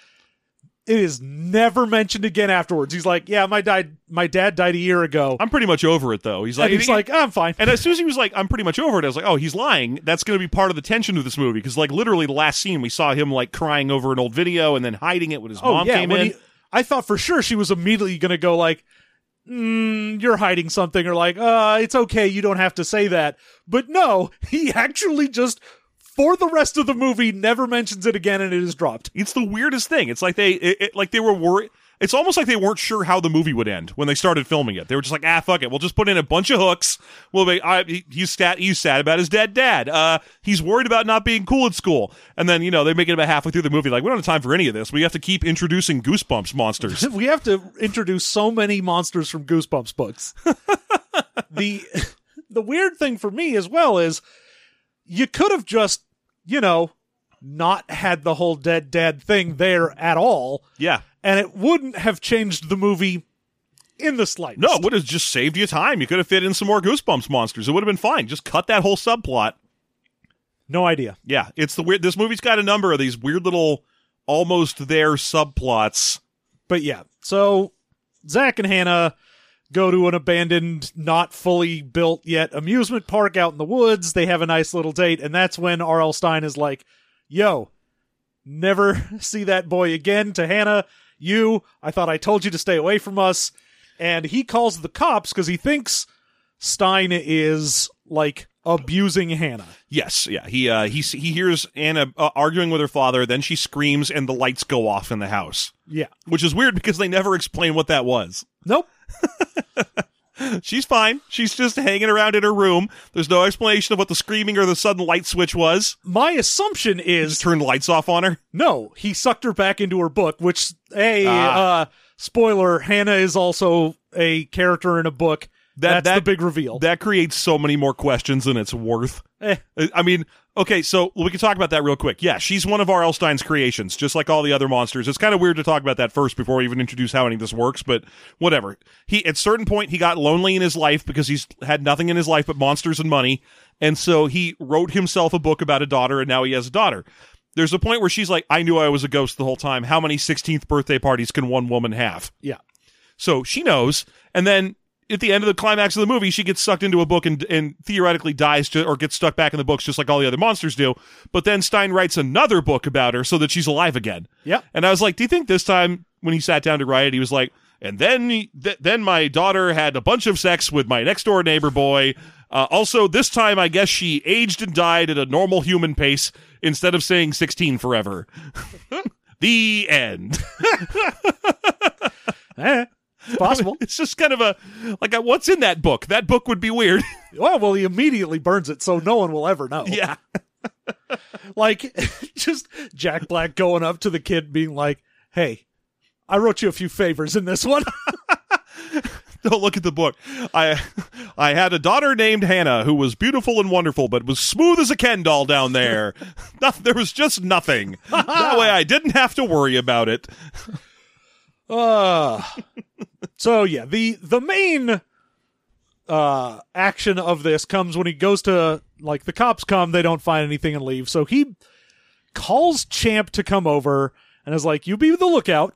Speaker 1: It is never mentioned again afterwards. He's like, "Yeah, my died, my dad died a year ago."
Speaker 2: I'm pretty much over it though. He's like,
Speaker 1: and he's like, "I'm fine."
Speaker 2: and as soon as he was like, I'm pretty much over it. I was like, oh, he's lying. That's going to be part of the tension of this movie because like literally the last scene we saw him like crying over an old video and then hiding it when his mom came
Speaker 1: Oh, when
Speaker 2: in.
Speaker 1: he- I thought for sure she was immediately going to go like, mm, "You're hiding something," or like, "Uh, it's okay, you don't have to say that." But no, [laughs] he actually just for the rest of the movie never mentions it again, and it is dropped.
Speaker 2: It's the weirdest thing. It's like they it, it- like they were worried. It's almost like they weren't sure how the movie would end when they started filming it. They were just like, ah, fuck it. We'll just put in a bunch of hooks. We'll be, I, he- he's sad. He's sad about his dead dad. Uh, he's worried about not being cool at school. And then you know they make it about halfway through the movie. Like we don't have time for any of this. We have to keep introducing goosebumps
Speaker 1: [laughs]
Speaker 2: monsters.
Speaker 1: We have to introduce so many monsters from Goosebumps books. [laughs] the the weird thing for me as well is you could have just, you know, not had the whole dead dad thing there at all.
Speaker 2: yeah.
Speaker 1: and it wouldn't have changed the movie in the slightest.
Speaker 2: No, it would have just saved you time. You could have fit in some more goosebumps monsters. It would have been fine. Just cut that whole subplot.
Speaker 1: no idea.
Speaker 2: Yeah, it's the weird. This movie's got a number of these weird little, almost there subplots.
Speaker 1: But yeah, so Zach and Hannah go to an abandoned, not fully built yet amusement park out in the woods. They have a nice little date, and that's when R.L. Stein is like, "Yo, never [laughs] see that boy again." To Hannah, you, I thought I told you to stay away from us, and he calls the cops because he thinks Stein is like abusing Hannah.
Speaker 2: Yes, yeah. He uh, he he hears Anna uh, arguing with her father. Then she screams, and the lights go off in the house,
Speaker 1: Yeah.
Speaker 2: which is weird because they never explain what that was.
Speaker 1: Nope.
Speaker 2: She's fine. She's just hanging around in her room. There's no explanation of what the screaming or the sudden light switch was.
Speaker 1: My assumption is
Speaker 2: Just turned lights off on her.
Speaker 1: No, he sucked her back into her book, which, hey,
Speaker 2: Ah.
Speaker 1: uh, spoiler, Hannah is also a character in a book. That's
Speaker 2: That-
Speaker 1: the
Speaker 2: that-
Speaker 1: big reveal.
Speaker 2: That creates so many more questions than it's worth.
Speaker 1: Eh.
Speaker 2: I mean, okay, so we can talk about that real quick. Yeah, she's one of R.L. Stein's creations, just like all the other monsters. It's kind of weird to talk about that first before we even introduce how any of this works, but whatever. He at certain point he got lonely in his life because he's had nothing in his life but monsters and money, and so he wrote himself a book about a daughter, and now he has a daughter. There's a point where she's like, "I knew I was a ghost the whole time." How many 16th birthday parties can one woman have?
Speaker 1: yeah.
Speaker 2: So she knows, and then at the end of the climax of the movie, she gets sucked into a book and and theoretically dies to, or gets stuck back in the books, just like all the other monsters do. But then Stein writes another book about her so that she's alive again.
Speaker 1: Yep.
Speaker 2: And I was like, do you think this time when he sat down to write it, he was like, and then th- then my daughter had a bunch of sex with my next door neighbor boy. Uh, also, this time I guess she aged and died at a normal human pace instead of saying sixteen forever. [laughs] the end.
Speaker 1: Eh, it's
Speaker 2: [laughs]
Speaker 1: possible.
Speaker 2: It's just kind of a like a, what's in that book? That book would be weird. [laughs]
Speaker 1: Oh, well, well, he immediately burns it, so no one will ever know.
Speaker 2: yeah.
Speaker 1: Like, [laughs] just Jack Black going up to the kid, being like, "Hey, I wrote you a few favors in this one."
Speaker 2: Don't look at the book. I I had a daughter named Hannah who was beautiful and wonderful, but was smooth as a Ken doll down there. [laughs] Noth- there was just nothing. that way I didn't have to worry about it.
Speaker 1: Uh, so yeah, the the main uh action of this comes when he goes to like the cops come, they don't find anything and leave. So he calls Champ to come over and is like, "You be the lookout.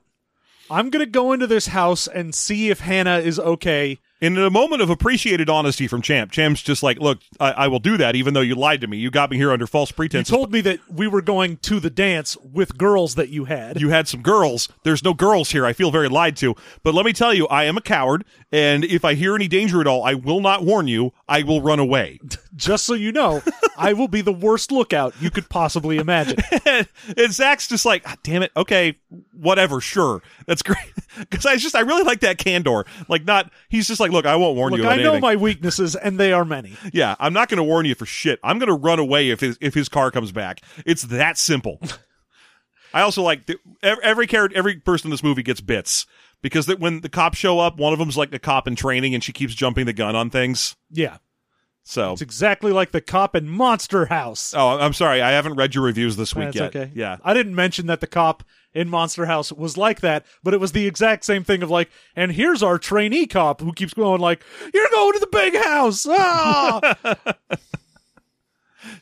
Speaker 1: I'm going to go into this house and see if Hannah is okay."
Speaker 2: And in a moment of appreciated honesty from Champ, Champ's just like, "Look, I, I will do that, even though you lied to me. You got me here under false
Speaker 1: You
Speaker 2: pretenses.
Speaker 1: told me that we were going to the dance with girls that you had.
Speaker 2: you had some girls. There's no girls here. I feel very lied to. But let me tell you, I am a coward, and if I hear any danger at all, I will not warn you. I will run away. [laughs]
Speaker 1: Just so you know, I will be the worst lookout you could possibly imagine.
Speaker 2: and Zach's just like, "Ah, damn it, okay, whatever, sure, that's great. [laughs] Because I just, I really like that candor. Like, not he's just like, look, I won't warn
Speaker 1: Look,
Speaker 2: you. About
Speaker 1: I know
Speaker 2: anything.
Speaker 1: my weaknesses and they are many.
Speaker 2: yeah, I'm not going to warn you for shit. I'm going to run away if his if his car comes back. It's
Speaker 1: [laughs]
Speaker 2: that simple. I also like the, ev- every character, every person in this movie gets bits because that when the cops show up, one of them's like a cop in training, and she keeps jumping the gun on things.
Speaker 1: Yeah.
Speaker 2: So,
Speaker 1: It's exactly like the cop in Monster House.
Speaker 2: oh, I'm sorry, I haven't read your reviews this week
Speaker 1: That's
Speaker 2: yet.
Speaker 1: okay.
Speaker 2: Yeah,
Speaker 1: I didn't mention that the cop in Monster House was like that, but it was the exact same thing of like, and here's our trainee cop who keeps going like, You're going to the big house.
Speaker 2: [laughs]
Speaker 1: Ah!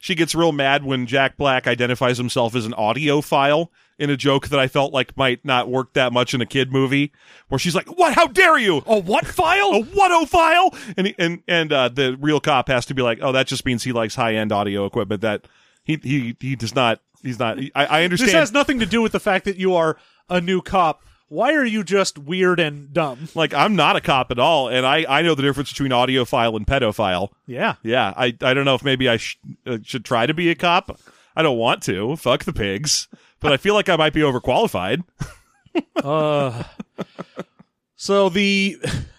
Speaker 2: She gets real mad when Jack Black identifies himself as an audiophile in a joke that I felt like might not work that much in a kid movie, where she's like, "What? How dare you?
Speaker 1: a what
Speaker 2: [laughs] A
Speaker 1: file?
Speaker 2: whatophile?" And he, and and uh, the real cop has to be like, "Oh, that just means he likes high end audio equipment. That he he he does not. He's not. I, I understand.
Speaker 1: This has nothing to do with the fact that you are a new cop. Why are you just weird and dumb?
Speaker 2: like I'm not a cop at all, and I I know the difference between audiophile and pedophile.
Speaker 1: Yeah.
Speaker 2: Yeah, I I don't know if maybe I sh- uh, should try to be a cop. I don't want to. Fuck the pigs. But I feel like I might be overqualified.
Speaker 1: Uh, so the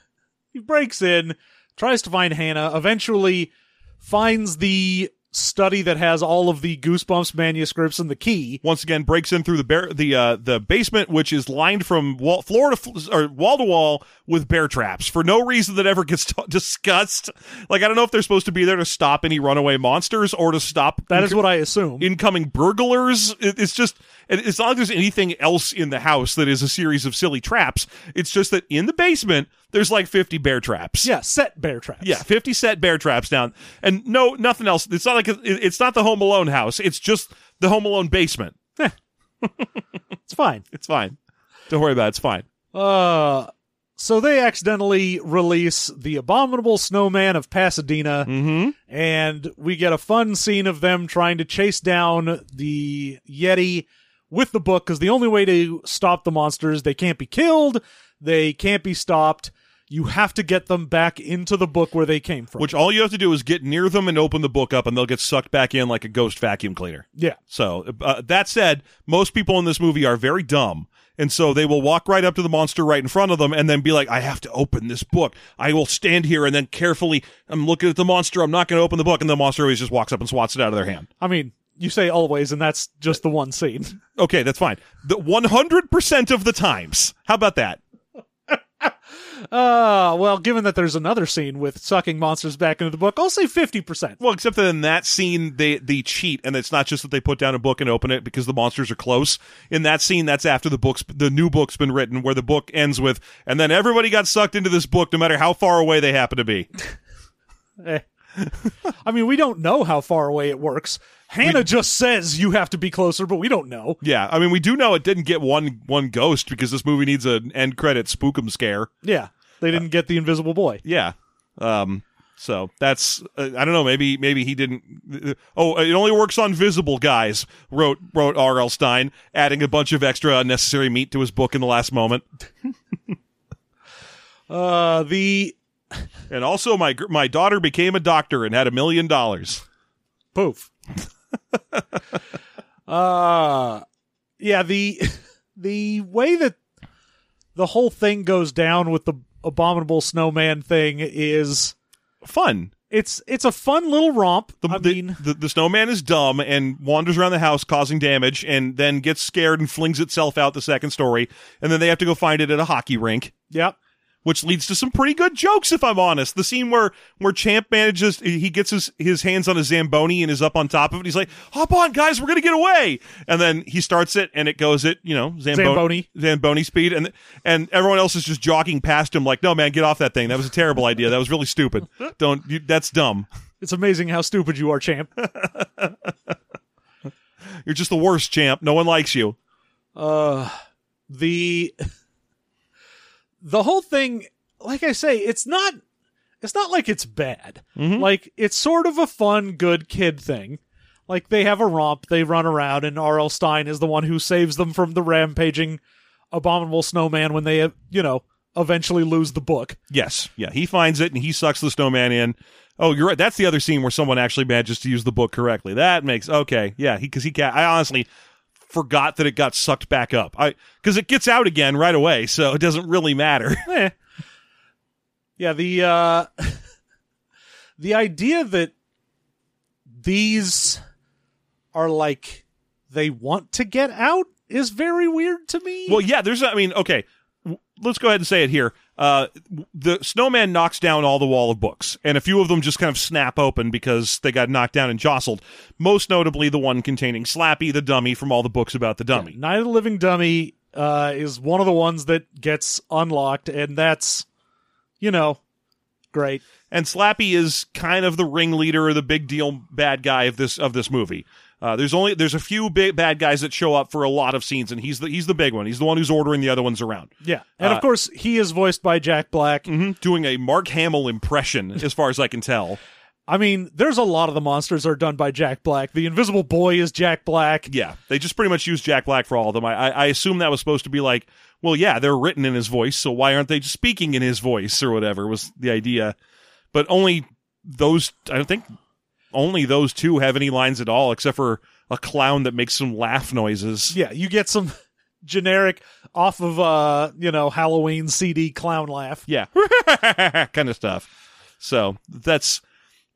Speaker 1: [laughs] he breaks in, tries to find Hannah, eventually finds the study that has all of the Goosebumps manuscripts and the key.
Speaker 2: once again breaks in through the bear the uh, the basement, which is lined from wall floor to fl- or wall to wall with bear traps for no reason that ever gets [laughs] t- discussed. Like I don't know if they're supposed to be there to stop any runaway monsters or to stop
Speaker 1: That is what I assume.
Speaker 2: incoming burglars. It- it's just it- it's not like there's anything else in the house that is a series of silly traps. It's just that in the basement there's like 50 bear traps.
Speaker 1: yeah, set bear traps.
Speaker 2: Yeah, fifty set bear traps down, and no, nothing else. It's not like it- it's not the Home Alone house. It's just the Home Alone basement.
Speaker 1: it's fine.
Speaker 2: It's fine. Don't worry about it. It's fine.
Speaker 1: Uh, so they accidentally release the abominable snowman of Pasadena,
Speaker 2: Mm-hmm.
Speaker 1: and we get a fun scene of them trying to chase down the Yeti with the book because the only way to stop the monsters, they can't be killed, they can't be stopped. You have to get them back into the book where they came from.
Speaker 2: Which all you have to do is get near them and open the book up, and they'll get sucked back in like a ghost vacuum cleaner.
Speaker 1: yeah.
Speaker 2: So uh, that said, most people in this movie are very dumb, and so they will walk right up to the monster right in front of them, and then be like, "I have to open this book. I will stand here and then carefully. I'm looking at the monster. I'm not going to open the book." And the monster always just walks up and swats it out of their hand.
Speaker 1: I mean, you say always, and that's just the one [laughs] scene.
Speaker 2: Okay, that's fine. The 100% of the times. How about that?
Speaker 1: Uh, well, given that there's another scene with sucking monsters back into the book, I'll say 50%.
Speaker 2: Well, except that in that scene they they cheat, and it's not just that they put down a book and open it because the monsters are close. In that scene, that's after the books the new book's been written, where the book ends with, and then everybody got sucked into this book, no matter how far away they happen to be.
Speaker 1: Eh. I mean, we don't know how far away it works. Hannah just says you have to be closer, but we don't know.
Speaker 2: Yeah, I mean, we do know it didn't get one one ghost because this movie needs an end credit spookum scare.
Speaker 1: Yeah. They didn't get the invisible boy.
Speaker 2: Yeah. Um. So that's uh, I don't know. Maybe maybe he didn't. uh, oh, it only works on visible guys. Wrote wrote R. L. Stein, adding a bunch of extra unnecessary meat to his book in the last moment.
Speaker 1: Uh, the
Speaker 2: And also, my gr- my daughter became a doctor and had a million dollars.
Speaker 1: poof. [laughs] uh, yeah, the [laughs] the way that the whole thing goes down with the abominable snowman thing is
Speaker 2: Fun.
Speaker 1: it's it's a fun little romp.
Speaker 2: The,
Speaker 1: I
Speaker 2: the,
Speaker 1: mean,
Speaker 2: the, the snowman is dumb and wanders around the house causing damage, and then gets scared and flings itself out the second story. And then they have to go find it at a hockey rink.
Speaker 1: yep.
Speaker 2: which leads to some pretty good jokes if I'm honest. The scene where where Champ manages he gets his his hands on a Zamboni and is up on top of it. He's like, "Hop on, guys, we're going to get away." And then he starts it and it goes at, you know, Zamboni
Speaker 1: Zamboni.
Speaker 2: Zamboni speed and and everyone else is just jogging past him like, "No, man, get off that thing. That was a terrible idea. That was really stupid. Don't you, that's dumb.
Speaker 1: It's amazing how stupid you are, champ.
Speaker 2: You're just the worst, Champ. No one likes you."
Speaker 1: uh the [laughs] the whole thing like i say it's not it's not like it's bad like it's sort of a fun good kid thing like they have a romp they run around and rl stein is the one who saves them from the rampaging abominable snowman when they you know eventually lose the book
Speaker 2: Yes. Yeah, he finds it and he sucks the snowman in. Oh, you're right. That's the other scene where someone actually manages to use the book correctly. That makes okay. Yeah, he because he can. I honestly forgot that it got sucked back up. I because it gets out again right away, so it doesn't really matter.
Speaker 1: Eh. Yeah, the uh [laughs] the idea that these are like they want to get out is very weird to me.
Speaker 2: well, yeah. There's. I mean, okay. W- Let's go ahead and say it here. Uh, w- the snowman knocks down all the wall of books, and a few of them just kind of snap open because they got knocked down and jostled. Most notably, the one containing Slappy the dummy from all the books about the dummy.
Speaker 1: Night of the Living Dummy uh is one of the ones that gets unlocked and that's you know great.
Speaker 2: and Slappy is kind of the ringleader or the big deal bad guy of this of this movie. Uh, there's only there's a few big bad guys that show up for a lot of scenes, and he's the he's the big one. He's the one who's ordering the other ones around,
Speaker 1: Yeah. And
Speaker 2: Uh,
Speaker 1: of course he is voiced by Jack Black.
Speaker 2: mm-hmm. doing a Mark Hamill impression, as far as I can tell.
Speaker 1: I mean, there's a lot of the monsters are done by Jack Black. The Invisible Boy is Jack Black.
Speaker 2: Yeah, they just pretty much used Jack Black for all of them. I, I I assume that was supposed to be like, well, yeah, they're written in his voice, so why aren't they just speaking in his voice or whatever was the idea? But only those, I don't think, only those two have any lines at all, except for a clown that makes some laugh noises.
Speaker 1: yeah, you get some [laughs] generic off of uh, you know, Halloween CD clown laugh.
Speaker 2: Yeah, [laughs] kind of stuff. So that's.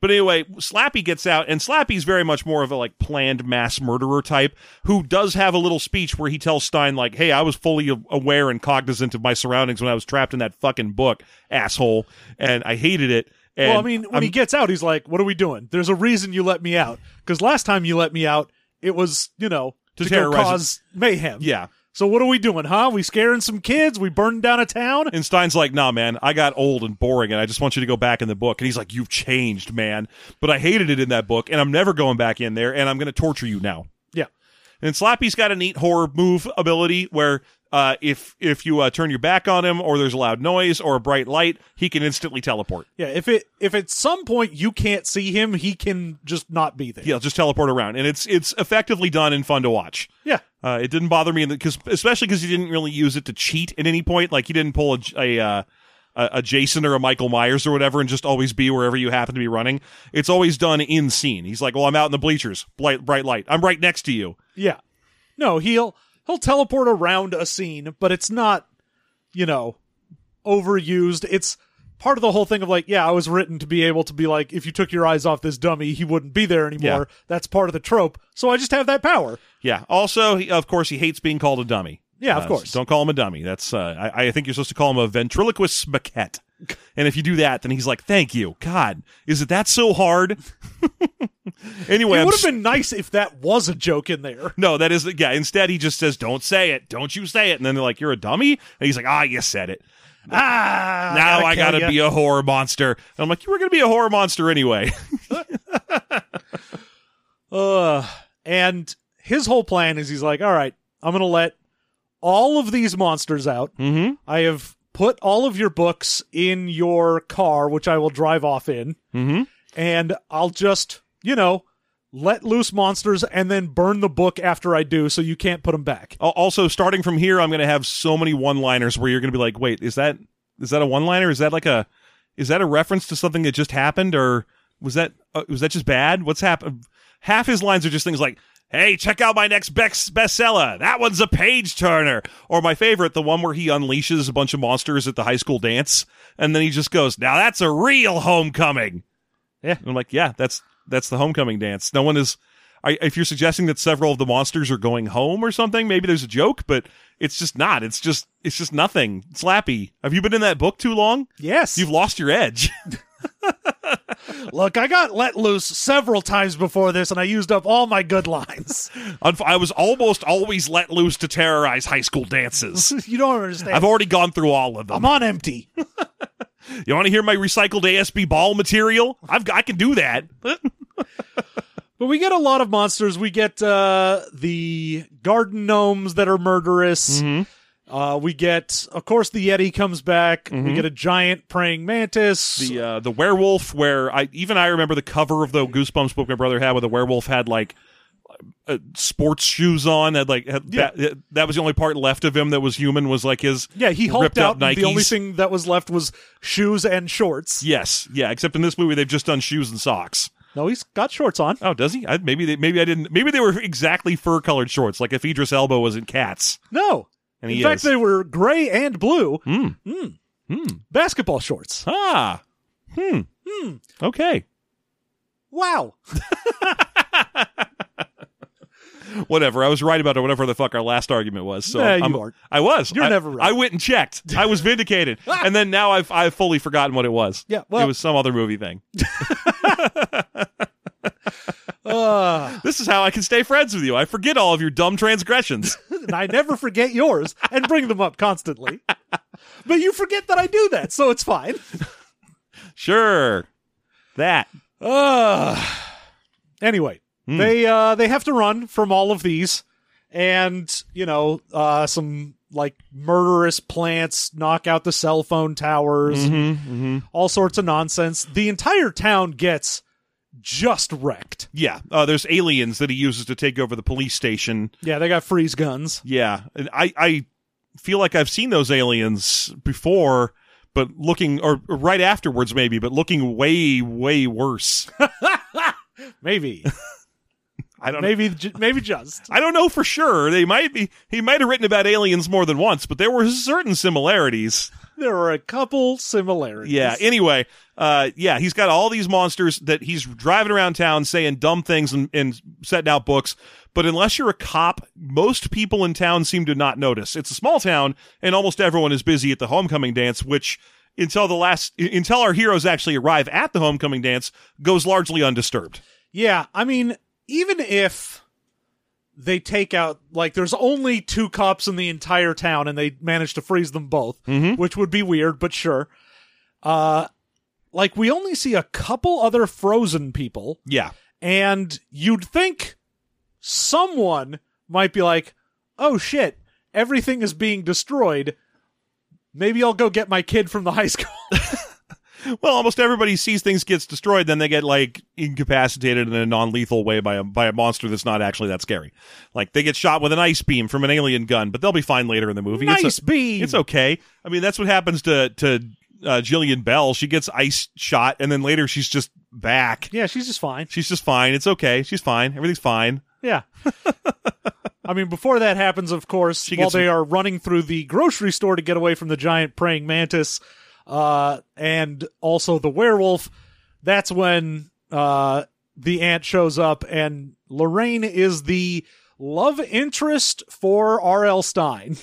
Speaker 2: But anyway, Slappy gets out, and Slappy's very much more of a like planned mass murderer type who does have a little speech where he tells Stein like, "Hey, I was fully a- aware and cognizant of my surroundings when I was trapped in that fucking book, asshole, and I hated it." And
Speaker 1: well, I mean, when he gets out, he's like, "What are we doing? There's a reason you let me out. Because last time you let me out, it was, you know,
Speaker 2: To
Speaker 1: to, go
Speaker 2: terrorize
Speaker 1: cause mayhem.
Speaker 2: yeah.
Speaker 1: So what are we doing, huh? We scaring some kids? We burning down a town?
Speaker 2: And Stein's like, "Nah, man, I got old and boring, and I just want you to go back in the book." And he's like, "You've changed, man, but I hated it in that book, and I'm never going back in there, and I'm going to torture you now."
Speaker 1: Yeah,
Speaker 2: And Slappy's got a neat horror move ability where uh, if if you uh, turn your back on him, or there's a loud noise, or a bright light, he can instantly teleport.
Speaker 1: yeah. If it if at some point you can't see him, he can just not be there.
Speaker 2: He'll just teleport around, and it's it's effectively done and fun to watch.
Speaker 1: yeah.
Speaker 2: Uh, it didn't bother me, because especially because he didn't really use it to cheat at any point. Like he didn't pull a, a, uh, a a Jason or a Michael Myers or whatever, and just always be wherever you happen to be running. It's always done in scene. He's like, "Well, I'm out in the bleachers, bright, bright light. I'm right next to you."
Speaker 1: Yeah. No, he'll he'll teleport around a scene, but it's not, you know, overused. It's part of the whole thing of like, yeah, I was written to be able to be like, if you took your eyes off this dummy, he wouldn't be there anymore. That's part of the trope. So I just have that power.
Speaker 2: Yeah. Also, he, of course, he hates being called a dummy.
Speaker 1: Yeah, of
Speaker 2: Uh,
Speaker 1: course.
Speaker 2: Don't call him a dummy. That's uh, I, I think you're supposed to call him a ventriloquist maquette. And if you do that, then he's like, "Thank you, God." Is it that so hard? [laughs] anyway,
Speaker 1: It
Speaker 2: I'm
Speaker 1: would have been nice if that was a joke in there.
Speaker 2: no, that is yeah. Instead, he just says, "Don't say it. Don't you say it." And then they're like, "You're a dummy." And he's like, "Ah, you said it.
Speaker 1: Ah,
Speaker 2: now I gotta
Speaker 1: kill ya.
Speaker 2: be a horror monster." And I'm like, "You were gonna be a horror monster anyway." [laughs]
Speaker 1: Ugh. And his whole plan is he's like, all right, I'm going to let all of these monsters out.
Speaker 2: mm-hmm.
Speaker 1: I have put all of your books in your car, which I will drive off in,
Speaker 2: Mm-hmm.
Speaker 1: and I'll just, you know, let loose monsters and then burn the book after I do so you can't put them back.
Speaker 2: Also, starting from here, I'm gonna have so many one-liners where you're gonna be like, "Wait, is that is that a one-liner? Is that like a is that a reference to something that just happened, or was that uh, was that just bad? What's happened?" Half his lines are just things like. Hey, check out my next best bestseller. That one's a page turner. Or my favorite, the one where he unleashes a bunch of monsters at the high school dance, and then he just goes, "Now that's a real homecoming."
Speaker 1: Yeah.
Speaker 2: And I'm like, yeah, that's that's the homecoming dance. No one is. I, if you're suggesting that several of the monsters are going home or something, maybe there's a joke, but it's just not. It's just it's just nothing. Slappy, have you been in that book too long?
Speaker 1: Yes.
Speaker 2: You've lost your edge. [laughs]
Speaker 1: Look, I got let loose several times before this and I used up all my good lines.
Speaker 2: Unf- I was almost always let loose to terrorize high school dances.
Speaker 1: [laughs] you don't understand.
Speaker 2: I've already gone through all of
Speaker 1: I'm
Speaker 2: them.
Speaker 1: on empty.
Speaker 2: You want to hear my recycled ASB ball material? I've got, I can do that.
Speaker 1: But we get a lot of monsters. We get uh, the garden gnomes that are murderous. Uh, we get, of course, the Yeti comes back. We get a giant praying mantis.
Speaker 2: the uh, the werewolf where I even I remember the cover of the Goosebumps book my brother had where the werewolf had like uh, sports shoes on had like had,
Speaker 1: Yeah.
Speaker 2: that, that was the only part left of him that was human was like his
Speaker 1: yeah, he hulked
Speaker 2: ripped
Speaker 1: out.
Speaker 2: out
Speaker 1: and the only
Speaker 2: Nikes.
Speaker 1: thing that was left was shoes and shorts.
Speaker 2: yes yeah except in this movie they've just done shoes and socks
Speaker 1: No, he's got shorts on.
Speaker 2: oh does he I, maybe they, maybe I didn't maybe they were exactly fur colored shorts like if Idris Elba was in Cats
Speaker 1: No.
Speaker 2: and
Speaker 1: in
Speaker 2: he
Speaker 1: fact,
Speaker 2: is
Speaker 1: they were gray and blue
Speaker 2: Hmm.
Speaker 1: Mm.
Speaker 2: Hmm.
Speaker 1: basketball shorts.
Speaker 2: ah hmm
Speaker 1: Hmm.
Speaker 2: okay [laughs]
Speaker 1: Wow.
Speaker 2: whatever I was right about it whatever the fuck our last argument was so
Speaker 1: Nah, you
Speaker 2: I'm,
Speaker 1: aren't.
Speaker 2: I was.
Speaker 1: You're
Speaker 2: I,
Speaker 1: never right.
Speaker 2: I went and checked. I
Speaker 1: [laughs]
Speaker 2: was vindicated, and then now I've I've fully forgotten what it was.
Speaker 1: Yeah, well-
Speaker 2: it was some other movie thing.
Speaker 1: Uh,
Speaker 2: This is how I can stay friends with you. I forget all of your
Speaker 1: [laughs]
Speaker 2: dumb transgressions.
Speaker 1: and I never forget yours and bring them up constantly. But you forget that I do that, so it's fine.
Speaker 2: sure, that.
Speaker 1: Uh, anyway,
Speaker 2: Hmm.
Speaker 1: they uh, they have to run from all of these, and you know, uh, some like murderous plants knock out the cell phone towers,
Speaker 2: Mm-hmm,
Speaker 1: all sorts of nonsense. The entire town gets just wrecked.
Speaker 2: Yeah, uh, there's aliens that he uses to take over the police station.
Speaker 1: Yeah, they got freeze guns.
Speaker 2: Yeah, and I I feel like I've seen those aliens before. But looking, or or right afterwards, maybe, but looking way, way worse. [laughs]
Speaker 1: [laughs] Maybe,
Speaker 2: I don't know.
Speaker 1: maybe, ju- maybe just.
Speaker 2: I don't know for sure. They might be. He might have written about aliens more than once, but there were certain similarities.
Speaker 1: There are a couple similarities.
Speaker 2: Yeah. Anyway, uh, yeah, he's got all these monsters that he's driving around town saying dumb things and, and setting out books. But unless you're a cop, most people in town seem to not notice. It's a small town, and almost everyone is busy at the homecoming dance, which until the last until our heroes actually arrive at the homecoming dance goes largely undisturbed.
Speaker 1: Yeah, I mean, even if they take out like there's only two cops in the entire town and they manage to freeze them both,
Speaker 2: Mm-hmm.
Speaker 1: which would be weird, but sure. Uh like we only see a couple other frozen people
Speaker 2: Yeah.
Speaker 1: and you'd think someone might be like, "Oh shit, everything is being destroyed. Maybe I'll go get my kid from the high school."
Speaker 2: Well, almost everybody sees things gets destroyed, then they get like incapacitated in a non-lethal way by a by a monster that's not actually that scary. Like they get shot with an ice beam from an alien gun, but they'll be fine later in the
Speaker 1: [laughs]
Speaker 2: movie.
Speaker 1: nice
Speaker 2: it's,
Speaker 1: beam.
Speaker 2: it's okay. I mean, that's what happens to to uh, Jillian Bell. She gets ice shot, and then later she's just back.
Speaker 1: yeah, she's just fine.
Speaker 2: She's just fine. It's okay. She's fine. Everything's fine.
Speaker 1: Yeah. I mean, before that happens, of course, while
Speaker 2: gets-
Speaker 1: they are running through the grocery store to get away from the giant praying mantis uh, and also the werewolf, that's when uh, the ant shows up, and Lorraine is the love interest for R.L. Stein.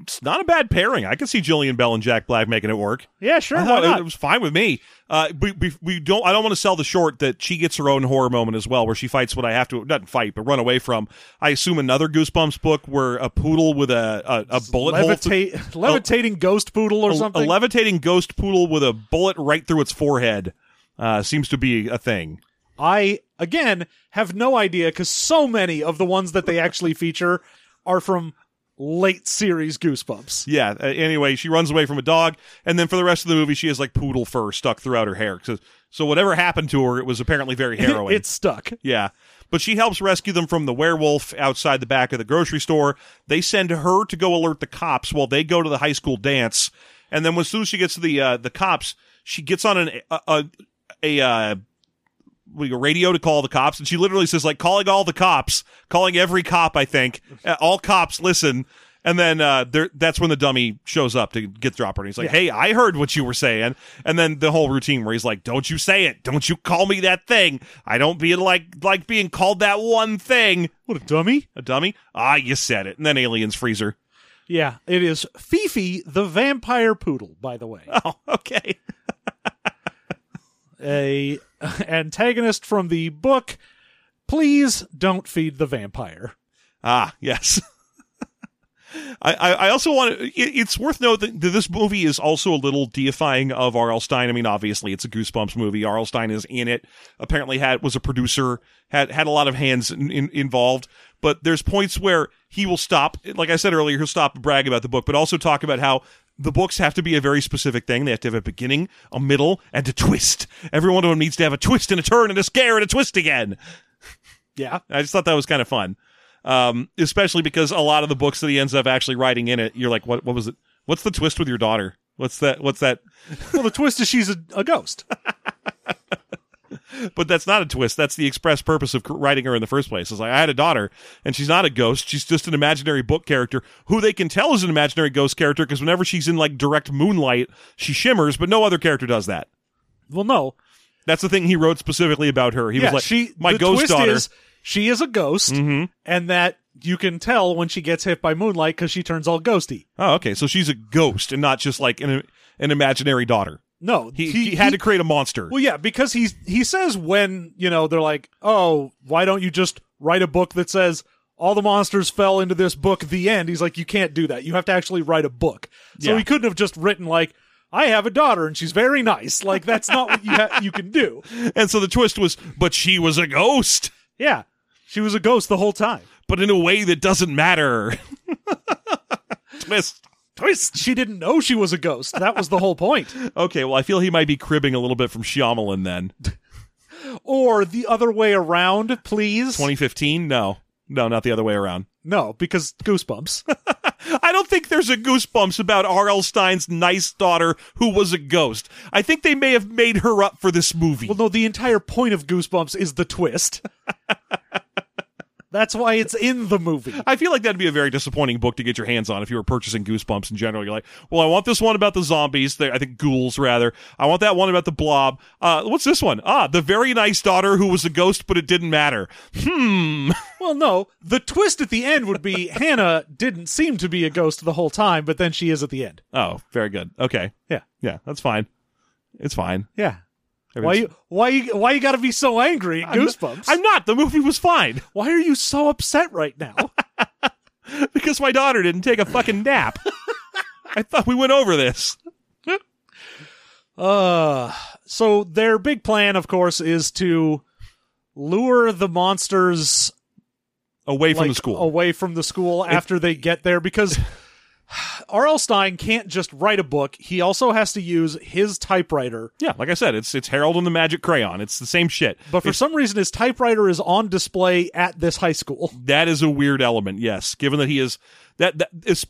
Speaker 2: It's not a bad pairing. I can see Jillian Bell and Jack Black making it work.
Speaker 1: Yeah, sure.
Speaker 2: I
Speaker 1: Why
Speaker 2: thought it-
Speaker 1: not?
Speaker 2: It was fine with me. Uh, we, we, we don't. I don't want to sell the short that she gets her own horror moment as well, where she fights what I have to not fight, but run away from. I assume another Goosebumps book where a poodle with a a, a bullet hole through-
Speaker 1: Levita- levitating ghost poodle or
Speaker 2: a-
Speaker 1: something.
Speaker 2: a levitating ghost poodle with a bullet right through its forehead uh, seems to be a thing.
Speaker 1: I again have no idea because so many of the ones that they actually feature are from late series Goosebumps.
Speaker 2: Yeah. uh, anyway, she runs away from a dog, and then for the rest of the movie, she has like poodle fur stuck throughout her hair. So, so whatever happened to her, it was
Speaker 1: [laughs]
Speaker 2: apparently very harrowing.
Speaker 1: it's stuck.
Speaker 2: yeah. But she helps rescue them from the werewolf outside the back of the grocery store. They send her to go alert the cops while they go to the high school dance. And then, as soon as she gets to the uh, the cops, she gets on an a a, a uh, we go radio to call the cops and she literally says like calling all the cops calling every cop i think Uh, all cops listen and then uh there that's when the dummy shows up to get drop her and he's like hey i heard what you were saying and then the whole routine where he's like don't you say it don't you call me that thing i don't be like like being called that one thing
Speaker 1: What a dummy.
Speaker 2: a dummy ah you said it and then aliens freezer
Speaker 1: Yeah, it is Fifi the vampire poodle, by the way.
Speaker 2: [laughs] oh okay
Speaker 1: a [laughs] antagonist from the book Please Don't Feed the Vampire.
Speaker 2: Ah, yes. [laughs] I, I I also want to. It, it's worth noting that this movie is also a little deifying of R.L. Stein. I mean, obviously, it's a Goosebumps movie. R.L. Stein is in it. Apparently, had was a producer, had had a lot of hands in, in, involved. But there's points where he will stop. Like I said earlier, he'll stop and brag about the book, but also talk about how the books have to be a very specific thing. They have to have a beginning, a middle, and a twist. Every one of them needs to have a twist and a turn and a scare and a twist again.
Speaker 1: Yeah.
Speaker 2: I just thought that was kind of fun, um, especially because a lot of the books that he ends up actually writing in it, you're like, what? What was it? What's the twist with your daughter? What's that? What's that?
Speaker 1: Well, the twist is she's a, a ghost.
Speaker 2: But that's not a twist. That's the express purpose of cr- writing her in the first place. It's like I had a daughter, and she's not a ghost. She's just an imaginary book character who they can tell is an imaginary ghost character because whenever she's in like direct moonlight, she shimmers. But no other character does that.
Speaker 1: Well, no.
Speaker 2: That's the thing he wrote specifically about her. He
Speaker 1: yeah,
Speaker 2: was like,
Speaker 1: she
Speaker 2: my
Speaker 1: the
Speaker 2: ghost
Speaker 1: twist
Speaker 2: daughter. Mm-hmm.
Speaker 1: is she is a ghost and that you can tell when she gets hit by moonlight cuz she turns all ghosty.
Speaker 2: oh, okay. So she's a ghost and not just like an an imaginary daughter.
Speaker 1: No,
Speaker 2: He, he, had to create a monster.
Speaker 1: Well, yeah, because he he says when, you know, they're like, "Oh, why don't you just write a book that says all the monsters fell into this book the end." He's like, "You can't do that. You have to actually write a book." So
Speaker 2: Yeah.
Speaker 1: he couldn't have just written like, "I have a daughter and she's very nice." Like that's not what you ha- you can do.
Speaker 2: and so the twist was, but she was a ghost,
Speaker 1: Yeah. She was a ghost the whole time.
Speaker 2: but in a way that doesn't matter. [laughs] twist.
Speaker 1: Twist. She didn't know she was a ghost. That was the whole
Speaker 2: [laughs]
Speaker 1: point.
Speaker 2: Okay, well, I feel he might be cribbing a little bit from Shyamalan then.
Speaker 1: Or the other way around, please.
Speaker 2: 2015? No. No, not the other way around.
Speaker 1: No, because goosebumps.
Speaker 2: I don't think there's a goosebumps about R.L. Stein's nice daughter who was a ghost. I think they may have made her up for this movie.
Speaker 1: Well, no, the entire point of Goosebumps is the twist. That's why it's in the movie.
Speaker 2: I feel like that'd be a very disappointing book to get your hands on if you were purchasing Goosebumps in general. You're like, well, I want this one about the zombies. the- I think ghouls, rather. I want that one about the blob. Uh, what's this one? Ah, the very nice daughter who was a ghost, but it didn't matter.
Speaker 1: Well, no, the twist at the end would
Speaker 2: [laughs]
Speaker 1: be Hannah didn't seem to be a ghost the whole time, but then she is at the end.
Speaker 2: Oh, very good. Okay.
Speaker 1: Yeah,
Speaker 2: Yeah, that's fine. It's fine.
Speaker 1: yeah. Why you why you why you got to be so angry at Goosebumps?
Speaker 2: I'm not. The movie was fine [laughs]
Speaker 1: why are you so upset right now?
Speaker 2: because my daughter didn't take a
Speaker 1: [laughs]
Speaker 2: fucking nap. I thought we went over this.
Speaker 1: Uh, so their big plan, of course, is to lure the monsters
Speaker 2: Away from
Speaker 1: like, oh.
Speaker 2: the school.
Speaker 1: away from the school after they get there [sighs] because R.L. Stein can't just write a book. He also has to use his typewriter.
Speaker 2: Yeah, like I said, it's it's Harold and the Magic Crayon. It's the same shit.
Speaker 1: But for some reason, his typewriter is on display at this high school.
Speaker 2: that is a weird element. Yes, given that he is that that is.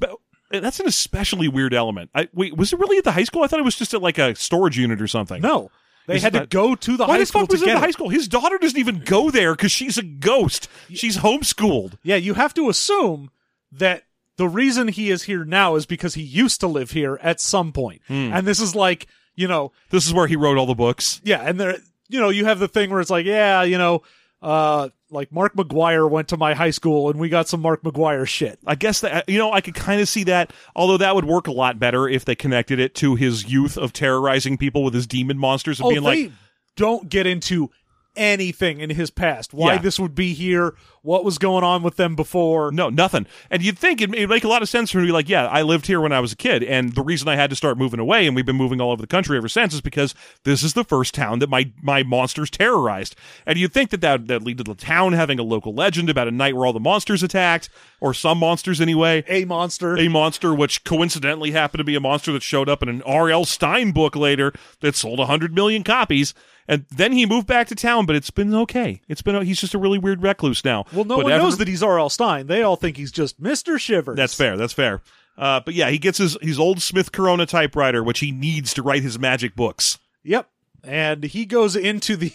Speaker 2: That's an especially weird element. I, wait, was it really at the high school? I thought it was just at like a storage unit or
Speaker 1: [laughs]
Speaker 2: something.
Speaker 1: No, they
Speaker 2: Is
Speaker 1: had to
Speaker 2: that-
Speaker 1: go to the
Speaker 2: why
Speaker 1: high
Speaker 2: the
Speaker 1: school
Speaker 2: fuck
Speaker 1: to
Speaker 2: was it at
Speaker 1: get
Speaker 2: the high
Speaker 1: it.
Speaker 2: school? His daughter doesn't even go there because she's a ghost. She's homeschooled.
Speaker 1: Yeah, you have to assume that the reason he is here now is because he used to live here at some point, and this is like you know
Speaker 2: This is where he wrote all the books.
Speaker 1: yeah, and there, you know, you have the thing where it's like, yeah, you know, uh, like Mark McGuire went to my high school and we got some Mark McGuire shit.
Speaker 2: I guess that you know I could kind of see that. Although that would work a lot better if they connected it to his youth of terrorizing people with his demon monsters and
Speaker 1: Oh, they
Speaker 2: being like,
Speaker 1: don't get into anything in his past. Why
Speaker 2: Yeah.
Speaker 1: this would be here, what was going on with them before.
Speaker 2: no, nothing. And you'd think it'd, it'd make a lot of sense for him to be like, yeah, I lived here when I was a kid, and the reason I had to start moving away, and we've been moving all over the country ever since, is because this is the first town that my my monsters terrorized. And you'd think that that that lead to the town having a local legend about a night where all the monsters attacked, or some monsters anyway.
Speaker 1: A monster.
Speaker 2: a monster which coincidentally happened to be a monster that showed up in an R.L. Stein book later that sold 100 million copies. And then he moved back to town, but it's been okay. It's been he's just a really weird recluse now.
Speaker 1: well, no
Speaker 2: But
Speaker 1: one
Speaker 2: ever-
Speaker 1: knows that he's R.L. Stein. They all think he's just Mr. Shivers.
Speaker 2: That's fair. That's fair. Uh, but yeah, he gets his his old Smith Corona typewriter, which he needs to write his magic books.
Speaker 1: Yep. And he goes into the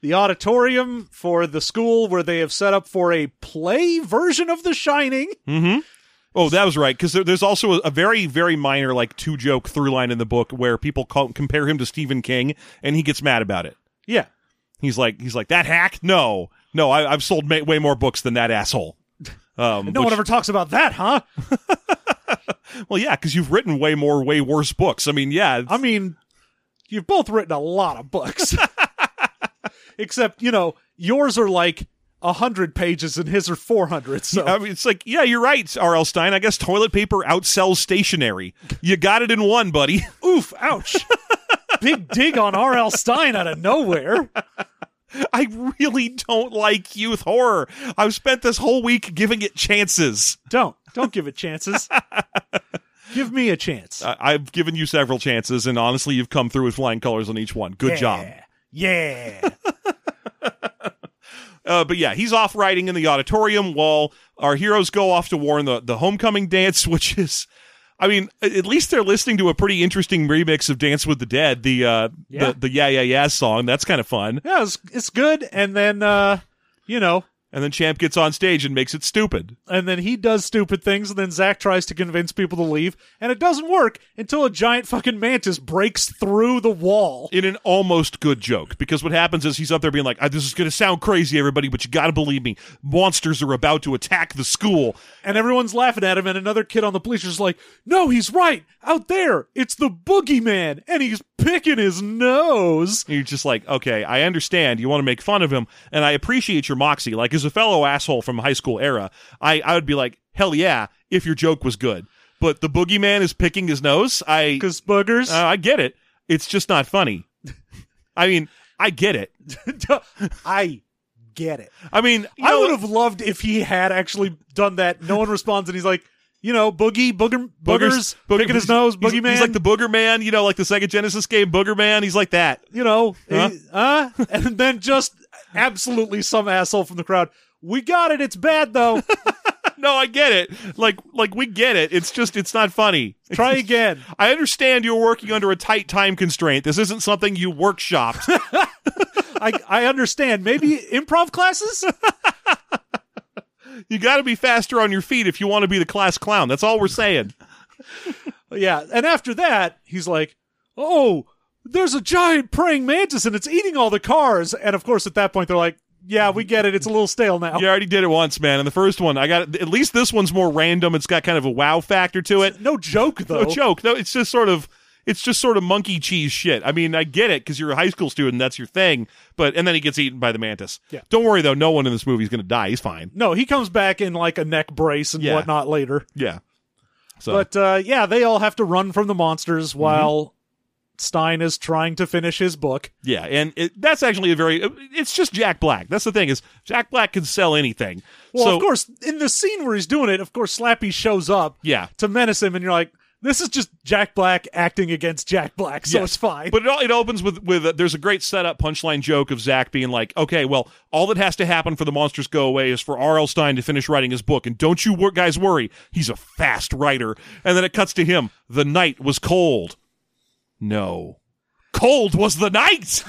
Speaker 1: the auditorium for the school where they have set up for a play version of The Shining.
Speaker 2: Oh, that was right. Because there, there's also a, a very, very minor, like two joke through line in the book where people call, compare him to Stephen King, and he gets mad about it.
Speaker 1: Yeah.
Speaker 2: He's like, he's like that hack. No, no, I, I've sold ma- way more books than that asshole.
Speaker 1: [laughs]
Speaker 2: Um,
Speaker 1: No one
Speaker 2: which-
Speaker 1: ever talks about that, huh?
Speaker 2: well, yeah, because you've written way more, way worse books. I mean, yeah, it's-
Speaker 1: I mean, you've both written a lot of books. [laughs] Except, you know, yours are like 100 pages and his are 400. So
Speaker 2: I mean, it's like, yeah, you're right, R.L. Stein. I guess toilet paper outsells stationery. You got it in one, buddy. [laughs]
Speaker 1: oof, ouch. [laughs] Big dig on R.L. Stein out of nowhere.
Speaker 2: I really don't like youth horror. I've spent this whole week giving it chances.
Speaker 1: Don't. Don't give it chances. give me a chance.
Speaker 2: I- I've given you several chances, and honestly, you've come through with flying colors on each one. Good job.
Speaker 1: Yeah.
Speaker 2: Uh, but yeah, he's off riding in the auditorium while our heroes go off to warn the, the homecoming dance, [laughs] which is, I mean, a- at least they're listening to a pretty interesting remix of Dance with the Dead, the uh,
Speaker 1: Yeah.
Speaker 2: the, the yeah yeah yeah song. That's kind of fun.
Speaker 1: yeah, it's, it's good. And then, uh, you know,
Speaker 2: And then Champ gets on stage and makes it stupid.
Speaker 1: and then he does stupid things, and then Zach tries to convince people to leave, and it doesn't work until a giant fucking mantis breaks through the wall.
Speaker 2: in an almost good joke because what happens is he's up there being like, "Ah, "This is going to sound crazy, everybody, but you got to believe me. Monsters are about to attack the school."
Speaker 1: And everyone's laughing at him, and another kid on the bleachers is like, No, he's right. Out there, it's the boogeyman, and he's picking his nose.
Speaker 2: And you're just like, "Okay, I understand. You want to make fun of him, and I appreciate your moxie. Like as a fellow asshole from high school era, I I would be like, "Hell yeah!" If your joke was good, but the boogeyman is picking his nose. [laughs] I
Speaker 1: Because boogers.
Speaker 2: uh, I get it. It's just not funny. I mean, I get [laughs] it.
Speaker 1: I get it.
Speaker 2: I mean, you
Speaker 1: I
Speaker 2: know-
Speaker 1: would have loved if he had actually done that. No one responds, and he's like, You know, boogie, booger, boogers,
Speaker 2: Booger-
Speaker 1: picking his nose,
Speaker 2: he's-
Speaker 1: boogeyman.
Speaker 2: He's like the Booger Man, you know, like the Sega Genesis game Booger Man. He's like that. [laughs]
Speaker 1: you know,
Speaker 2: Huh?
Speaker 1: eh, huh? [laughs] and then just absolutely some asshole from the crowd. We got it. It's bad
Speaker 2: [laughs]
Speaker 1: though.
Speaker 2: No, I get it. Like, like we get it. It's just, it's not funny.
Speaker 1: Try again.
Speaker 2: I understand you're working under a tight time constraint. This isn't something
Speaker 1: [laughs]
Speaker 2: you workshopped.
Speaker 1: I I understand. Maybe improv
Speaker 2: [laughs]
Speaker 1: classes.
Speaker 2: you got to be faster on your feet if you want to be the class clown. That's all we're saying.
Speaker 1: yeah. And after that, he's like, "Oh, there's a giant praying mantis and it's eating all the cars." And of course, at that point, they're like, "Yeah, we get it. It's a little stale now."
Speaker 2: You already did it once, man. And the first one, I got at least this one's more random. It's got kind of a wow factor to it.
Speaker 1: No joke though.
Speaker 2: [laughs] No joke. No, it's just sort of it's just sort of monkey cheese shit. I mean, I get it because you're a high school student, that's your thing. But and then he gets eaten by the mantis.
Speaker 1: Yeah.
Speaker 2: Don't worry though, no one in this movie is gonna die. He's fine.
Speaker 1: No, he comes back in like a neck brace and
Speaker 2: Yeah.
Speaker 1: whatnot later.
Speaker 2: Yeah. So Mm-hmm.
Speaker 1: But uh, yeah, they all have to run from the monsters while Stein is trying to finish his book.
Speaker 2: yeah, and it, that's actually a very. It's just Jack Black. That's the thing is Jack Black can sell anything.
Speaker 1: Well,
Speaker 2: so
Speaker 1: of course, in the scene where he's doing it, of course, Slappy shows up
Speaker 2: yeah,
Speaker 1: to menace him, and you're like, this is just Jack Black acting against Jack Black, so
Speaker 2: Yes.
Speaker 1: it's fine.
Speaker 2: But it all, it opens with with uh, there's a great setup punchline joke of Zach being like, "Okay, well, all that has to happen for the monsters go away is for R.L. Stein to finish writing his book, and don't you wor- guys worry, he's a fast writer." And then it cuts to him. The night was cold. No, cold was the night.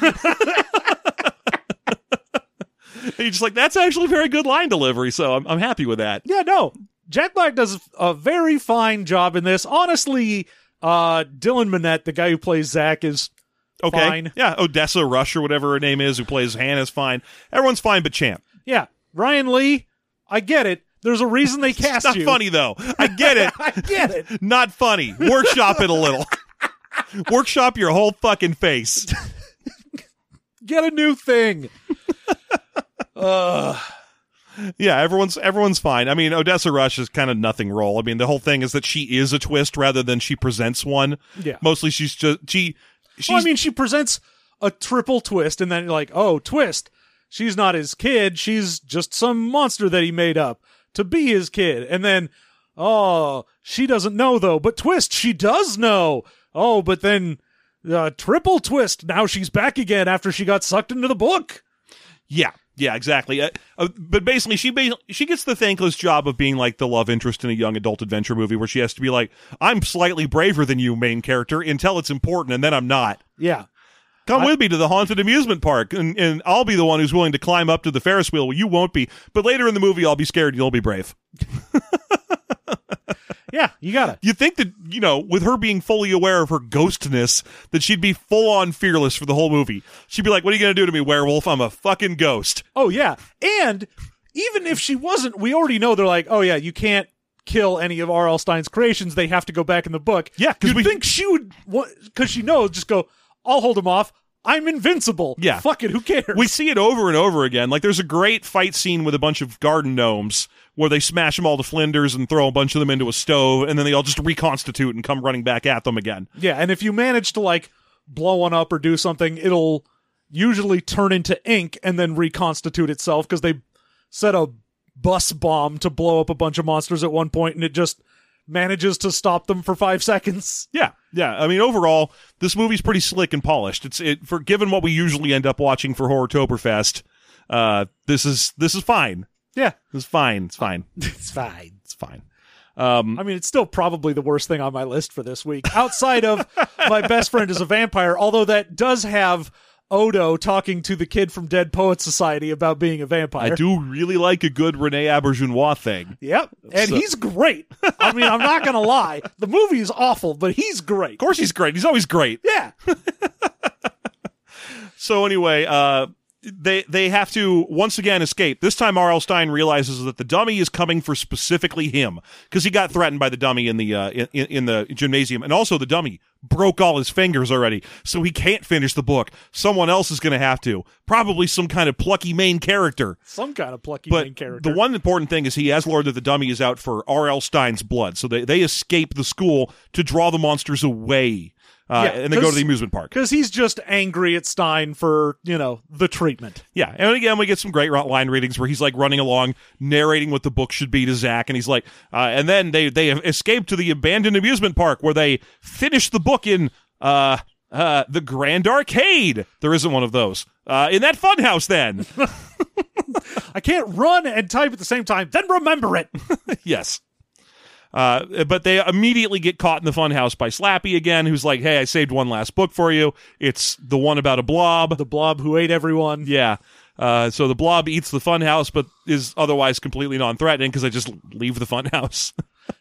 Speaker 2: [laughs] And You're just like that's actually very good line delivery, so I'm, I'm happy with that.
Speaker 1: yeah, no, Jack Black does a very fine job in this. Honestly, uh, Dylan Minnette, the guy who plays Zach, is
Speaker 2: Okay,
Speaker 1: Fine.
Speaker 2: yeah, Odessa Rush or whatever her name is, who plays Hannah's fine. Everyone's fine, but Champ.
Speaker 1: Yeah, Ryan Lee, I get it. There's a reason they
Speaker 2: [laughs] It's
Speaker 1: cast
Speaker 2: not
Speaker 1: you.
Speaker 2: funny though. I get it.
Speaker 1: [laughs] I get it.
Speaker 2: Not funny. Workshop it a little. Workshop your whole fucking face.
Speaker 1: Get a new thing. uh,
Speaker 2: Yeah, everyone's everyone's fine. I mean, Odessa Rush is kind of nothing role. I mean, the whole thing is that she is a twist rather than she presents one.
Speaker 1: Yeah.
Speaker 2: Mostly she's just she she's
Speaker 1: well, I mean, she presents a triple twist, and then you're like, oh, twist. She's not his kid. She's just some monster that he made up to be his kid. And then, oh, she doesn't know though. But twist, she does know. Oh, but then, uh, triple twist. Now she's back again after she got sucked into the book.
Speaker 2: Yeah, yeah, exactly. Uh, uh, but basically, she bas- she gets the thankless job of being like the love interest in a young adult adventure movie, where she has to be like, "I'm slightly braver than you, main character, until it's important, and then I'm not."
Speaker 1: Yeah.
Speaker 2: Come with me to the haunted amusement park, and, and I'll be the one who's willing to climb up to the Ferris wheel. Well, you won't be, but later in the movie, I'll be scared. and You'll be brave.
Speaker 1: Yeah. You got it.
Speaker 2: You think that you know, with her being fully aware of her ghostness, that she'd be full on fearless for the whole movie. She'd be like, "What are you gonna do to me, werewolf? I'm a fucking ghost."
Speaker 1: Oh yeah, and even if she wasn't, we already know they're like, oh yeah, you can't kill any of R.L. Stein's creations. They have to go back in the book.
Speaker 2: Yeah, 'cause
Speaker 1: because
Speaker 2: we-
Speaker 1: think she would, because she knows, just go. I'll hold him off. I'm invincible.
Speaker 2: Yeah.
Speaker 1: fuck it. Who cares?
Speaker 2: we see it over and over again. Like there's a great fight scene with a bunch of garden gnomes where they smash them all to flinders and throw a bunch of them into a stove, and then they all just reconstitute and come running back at them again.
Speaker 1: yeah, and if you manage to like blow one up or do something, it'll usually turn into ink and then reconstitute itself because they set a bus bomb to blow up a bunch of monsters at one point, and it just manages to stop them for five seconds.
Speaker 2: Yeah, yeah. I mean, overall, this movie's pretty slick and polished. It's it for given what we usually end up watching for Horrortoberfest. Uh, this is this is fine.
Speaker 1: Yeah,
Speaker 2: This is fine. It's fine.
Speaker 1: it's fine.
Speaker 2: It's fine. Um,
Speaker 1: I mean, it's still probably the worst thing on my list for this week, outside
Speaker 2: [laughs]
Speaker 1: of my best friend is a vampire. Although that does have Odo talking to the kid from Dead Poets Society about being a [laughs]
Speaker 2: I
Speaker 1: vampire.
Speaker 2: do really like a good Rene Auberginois thing.
Speaker 1: Yep, and
Speaker 2: So-
Speaker 1: he's great. I mean, I'm not gonna lie, the movie is awful, but he's great.
Speaker 2: Of course, he's great. He's always great.
Speaker 1: Yeah,
Speaker 2: So anyway, uh, they they have to once again escape. This time, R.L. Stein realizes that the dummy is coming for specifically him because he got threatened by the dummy in the uh, in, in the gymnasium, and also the dummy broke all his fingers already, so he can't finish the book. Someone else is going to have to, probably some kind of plucky main character.
Speaker 1: some kind of plucky main
Speaker 2: But
Speaker 1: character.
Speaker 2: the one important thing is he has learned that the dummy is out for R.L. Stein's blood, so they they escape the school to draw the monsters away, uh,
Speaker 1: Yeah,
Speaker 2: and they go to
Speaker 1: 'cause-
Speaker 2: the amusement park.
Speaker 1: because he's just angry at Stein for you know the treatment.
Speaker 2: Yeah, and again we get some great ro- line readings where he's like running along, narrating what the book should be to Zach, and he's like, uh, and then they they escape to the abandoned amusement park where they finish the book in uh uh the Grand Arcade. There isn't one of those uh, in that funhouse. Then
Speaker 1: I can't run and type at the same time. Then remember
Speaker 2: [laughs]
Speaker 1: it.
Speaker 2: yes. Uh, but they immediately get caught in the funhouse by Slappy again, who's like, "Hey, I saved one last book for you. It's the one about a blob."
Speaker 1: the Blob who ate everyone.
Speaker 2: Yeah. Uh, so the blob eats the funhouse, but is otherwise completely non-threatening because I just leave the [laughs] funhouse.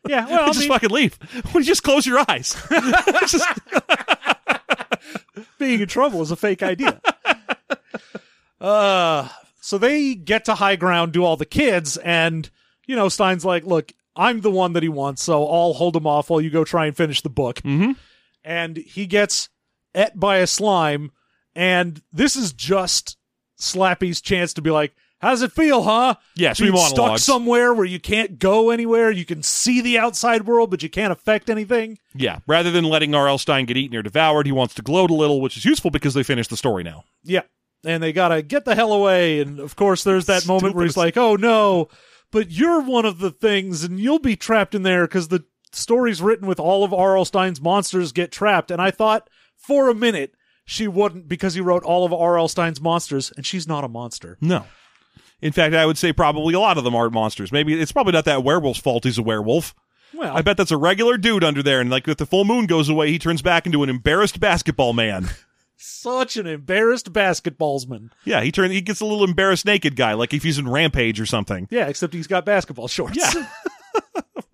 Speaker 1: Yeah, well, I
Speaker 2: just
Speaker 1: mean,
Speaker 2: fucking leave. [laughs] Well, just close your eyes. [laughs] Just-
Speaker 1: being in trouble is a fake idea. [laughs] uh, so they get to high ground, do all the kids, and you know Stein's like, "Look, I'm the one that he wants, so I'll hold him off while you go try and finish the book."
Speaker 2: Mhm.
Speaker 1: And he gets et by a slime, and this is just Slappy's chance to be like, "How's it feel, huh?"
Speaker 2: Yes, we
Speaker 1: Being stuck
Speaker 2: monologues.
Speaker 1: somewhere where you can't go anywhere. You can see the outside world, but you can't affect anything.
Speaker 2: yeah. Rather than letting R.L. Stein get eaten or devoured, he wants to gloat a little, which is useful because they finished the story now.
Speaker 1: Yeah. And they gotta get the hell away. And of course, there's that moment where he's like, "Oh no, but you're one of the things, and you'll be trapped in there because the story's written with all of R.L. Stein's monsters get trapped." And I thought for a minute she wouldn't because he wrote all of R.L. Stein's monsters, and she's not a monster.
Speaker 2: No. In fact, I would say probably a lot of them aren't monsters. Maybe it's probably not that werewolf's fault he's a werewolf.
Speaker 1: Well,
Speaker 2: I bet that's a regular dude under there, and like if the full moon goes away, he turns back into an embarrassed basketball man.
Speaker 1: such an embarrassed basketballsman.
Speaker 2: yeah, he turns he gets a little embarrassed naked guy, like if he's in rampage or something. [laughs]
Speaker 1: Yeah, except he's got basketball shorts.
Speaker 2: Yeah.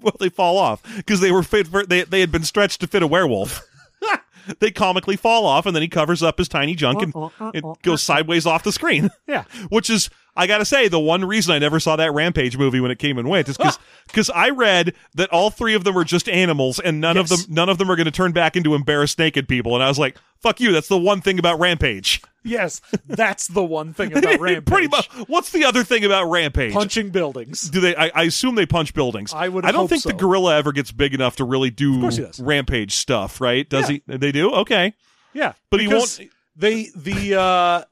Speaker 2: well, they fall off because they were fit for they they had been stretched to fit a werewolf. [laughs] they comically
Speaker 1: Uh,
Speaker 2: fall off, and then he covers up his tiny junk and it goes sideways off the screen.
Speaker 1: [laughs] [laughs] Yeah.
Speaker 2: which is I gotta say, the one reason I never saw that Rampage movie when it came and went is
Speaker 1: [laughs]
Speaker 2: because I read that all three of them are just animals, and none of
Speaker 1: Yes.
Speaker 2: them none of them are gonna turn back into embarrassed naked people. And I was like, "Fuck you!" That's the one thing about Rampage.
Speaker 1: Yes, that's the one thing about Rampage.
Speaker 2: [laughs] Pretty much. What's the other thing about Rampage?
Speaker 1: punching buildings.
Speaker 2: do they? I, I assume they punch buildings.
Speaker 1: I would
Speaker 2: I don't
Speaker 1: hope
Speaker 2: think the
Speaker 1: so.
Speaker 2: gorilla ever gets big enough to really do
Speaker 1: course he does.
Speaker 2: rampage stuff, right? Does
Speaker 1: Yeah.
Speaker 2: he? They do. Okay.
Speaker 1: Yeah,
Speaker 2: But he
Speaker 1: because
Speaker 2: won't-
Speaker 1: They the uh,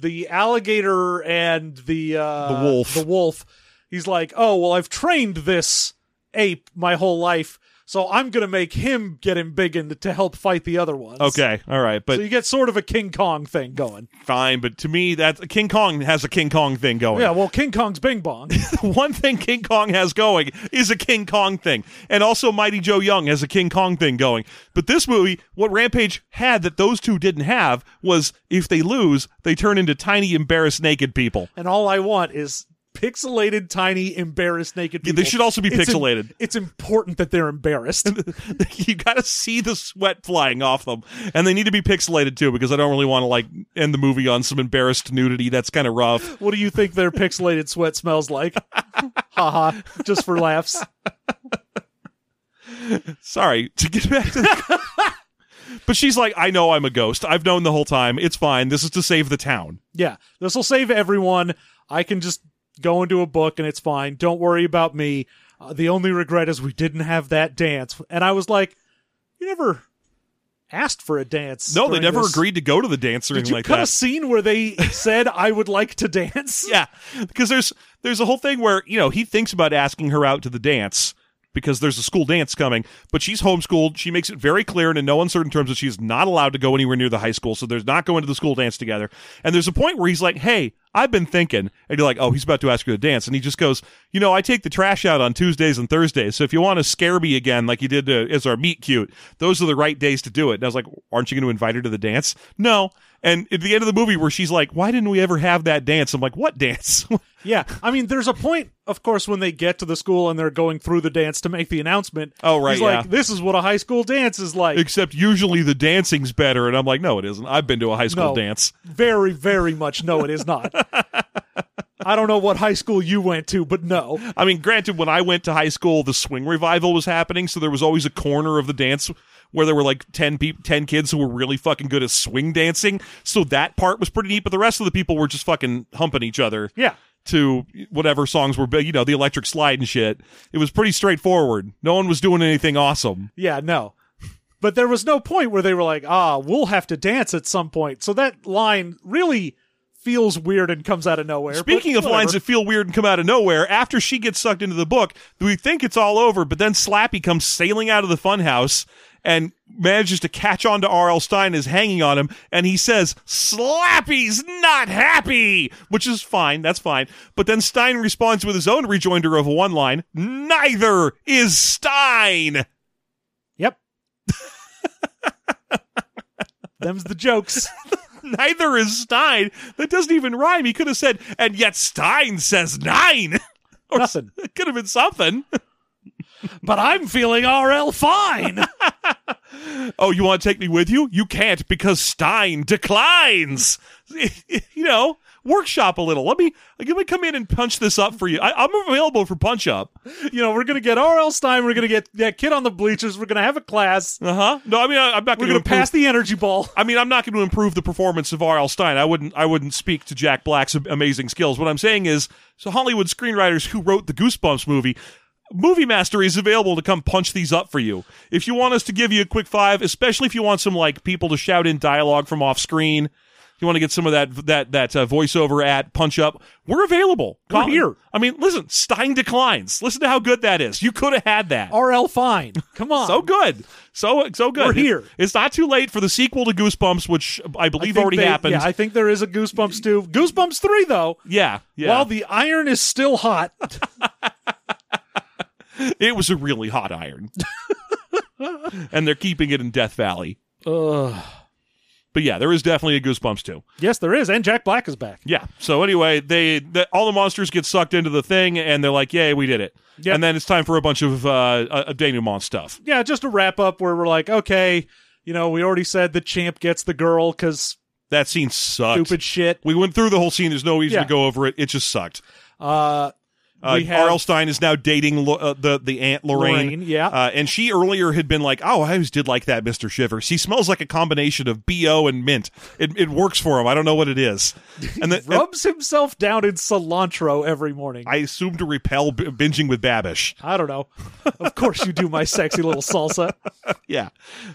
Speaker 1: the alligator and the uh,
Speaker 2: The wolf.
Speaker 1: The wolf. He's like, oh well, I've trained this ape my whole life, so I'm gonna make him get him big and to help fight the other ones.
Speaker 2: Okay. All right. But
Speaker 1: So you get sort of a King Kong thing going.
Speaker 2: fine. But to me, that's King Kong has a King Kong thing going.
Speaker 1: Yeah, well, King Kong's Bing Bong.
Speaker 2: [laughs]
Speaker 1: [laughs]
Speaker 2: One thing King Kong has going is a King Kong thing, and also Mighty Joe Young has a King Kong thing going. But this movie, what Rampage had that those two didn't have was if they lose, they turn into tiny, embarrassed, naked people.
Speaker 1: and all I want is pixelated, tiny, embarrassed naked
Speaker 2: Yeah,
Speaker 1: people.
Speaker 2: they should also be
Speaker 1: It's im-
Speaker 2: pixelated.
Speaker 1: it's important that they're
Speaker 2: [laughs]
Speaker 1: embarrassed.
Speaker 2: you got to see the sweat flying off them, and they need to be pixelated too because I don't really want to like end the movie on some embarrassed nudity. That's kind of rough.
Speaker 1: What do you think their pixelated sweat smells like? [laughs] Haha, just for laughs.
Speaker 2: Sorry [laughs] to get back to. The- [laughs] but she's like, I know I'm a ghost. I've known the whole time. It's fine. This is to save the town.
Speaker 1: Yeah, this will save everyone. I can just go into a book and it's fine. Don't worry about me. Uh, the only regret is we didn't have that dance. And I was like, you never asked for a dance.
Speaker 2: No, they
Speaker 1: during
Speaker 2: never
Speaker 1: this.
Speaker 2: agreed to go to the dance or
Speaker 1: Did
Speaker 2: anything
Speaker 1: you
Speaker 2: like
Speaker 1: cut
Speaker 2: that.
Speaker 1: a scene where
Speaker 2: [laughs]
Speaker 1: they said, "I would like to dance"?
Speaker 2: yeah, because there's there's a whole thing where you know he thinks about asking her out to the dance because there's a school dance coming, but she's homeschooled. She makes it very clear and in no uncertain terms that she's not allowed to go anywhere near the high school, so there's not going to the school dance together. And there's a point where he's like, "Hey, I've been thinking," and you're like, "Oh, he's about to ask her to dance," and he just goes, "You know, I take the trash out on Tuesdays and Thursdays, so if you want to scare me again, like you did uh, as our meet cute, those are the right days to do it." And I was like, "Aren't you going to invite her to the dance?" No. And at the end of the movie, where she's like, "Why didn't we ever have that dance?" I'm like, "What dance?" [laughs]
Speaker 1: Yeah, I mean, there's a point, of course, when they get to the school and they're going through the dance to make the announcement.
Speaker 2: Oh, right,
Speaker 1: He's
Speaker 2: yeah.
Speaker 1: like, this is what a high school dance is like.
Speaker 2: Except usually the dancing's better, and I'm like, "No, it isn't. I've been to a high school
Speaker 1: No.
Speaker 2: dance."
Speaker 1: Very, very much no, it is
Speaker 2: [laughs]
Speaker 1: not. I don't know what high school you went to, but no.
Speaker 2: I mean, granted, when I went to high school, the swing revival was happening, so there was always a corner of the dance where there were like 10 peop 10 kids who were really fucking good at swing dancing. So that part was pretty neat, but the rest of the people were just fucking humping each other
Speaker 1: Yeah.
Speaker 2: to whatever songs were, big, you know, the electric slide and shit. It was pretty straightforward. No one was doing anything awesome.
Speaker 1: Yeah, no. But there was no point where they were like, ah, we'll have to dance at some point. So that line really feels weird and comes out of nowhere. but
Speaker 2: Speaking of
Speaker 1: whatever.
Speaker 2: lines that feel weird and come out of nowhere, after she gets sucked into the book, we think it's all over, but then Slappy comes sailing out of the funhouse and manages to catch on to R.L. Stein is hanging on him, and he says, Slappy's not happy, which is fine, that's fine. But then Stein responds with his own rejoinder of a one line, neither is Stein. [laughs]
Speaker 1: Yep. [laughs] Them's the jokes.
Speaker 2: Neither is Stein. That doesn't even rhyme. He could have said, and yet Stein says nine. [laughs] Or-
Speaker 1: Nothing.
Speaker 2: It [laughs] could have been something.
Speaker 1: [laughs] But I'm feeling RL fine.
Speaker 2: [laughs] Oh, you want to take me with you? You can't because Stein declines. [laughs] you know, workshop a little. Let me let me come in and punch this up for you. I, I'm available for punch up.
Speaker 1: you know, we're gonna get R.L. Stein. We're gonna get that kid on the bleachers. We're gonna have a class.
Speaker 2: Uh huh. No, I mean I, I'm not
Speaker 1: We're
Speaker 2: going
Speaker 1: gonna
Speaker 2: to
Speaker 1: pass the energy ball.
Speaker 2: I mean, I'm not going to improve the performance of R.L. Stein. I wouldn't. I wouldn't speak to Jack Black's am- amazing skills. What I'm saying is, so Hollywood screenwriters who wrote the Goosebumps movie, Movie Mastery is available to come punch these up for you. If you want us to give you a quick five, especially if you want some like people to shout in dialogue from off screen, if you want to get some of that that that uh, voiceover at punch up, we're available.
Speaker 1: We're
Speaker 2: Colin,
Speaker 1: here.
Speaker 2: I mean, listen, Stein declines. Listen to how good that is. You could have had that.
Speaker 1: R.L. Fine. Come on.
Speaker 2: So good, so so good.
Speaker 1: We're here.
Speaker 2: It's, it's not too late for the sequel to Goosebumps, which I
Speaker 1: I
Speaker 2: believe
Speaker 1: think
Speaker 2: already
Speaker 1: they-
Speaker 2: happened.
Speaker 1: Yeah, I think there is a Goosebumps two. Goosebumps three though.
Speaker 2: yeah, yeah.
Speaker 1: While the iron is still hot,
Speaker 2: it was a really hot iron, [laughs] and they're keeping it in Death Valley.
Speaker 1: Ugh.
Speaker 2: But yeah, there is definitely a Goosebumps too.
Speaker 1: yes, there is, and Jack Black is back.
Speaker 2: Yeah. So anyway, they the, all the monsters get sucked into the thing, and they're like, "Yay, we did it!"
Speaker 1: Yep.
Speaker 2: And then it's time for a bunch of uh, uh, uh, denouement stuff.
Speaker 1: Yeah, just a wrap up where we're like, okay, you know, we already said the champ gets the girl because
Speaker 2: That scene sucked.
Speaker 1: stupid shit.
Speaker 2: We went through the whole scene. There's no reason
Speaker 1: Yeah.
Speaker 2: to go over it. It just sucked.
Speaker 1: Uh,
Speaker 2: Uh,
Speaker 1: we have
Speaker 2: R.L. Stein is now dating Lo- uh, the the aunt Lorraine.
Speaker 1: Lorraine, yeah.
Speaker 2: uh, and she earlier had been like, "Oh, I always did like that, Mister Shivers. He smells like a combination of bo and mint. It, it works for him. I don't know what it is."
Speaker 1: [laughs]
Speaker 2: And then and
Speaker 1: rubs himself down in cilantro every morning. I,
Speaker 2: I assume to repel b- binging with Babish.
Speaker 1: don't know. Of course you do, my sexy little salsa.
Speaker 2: Yeah,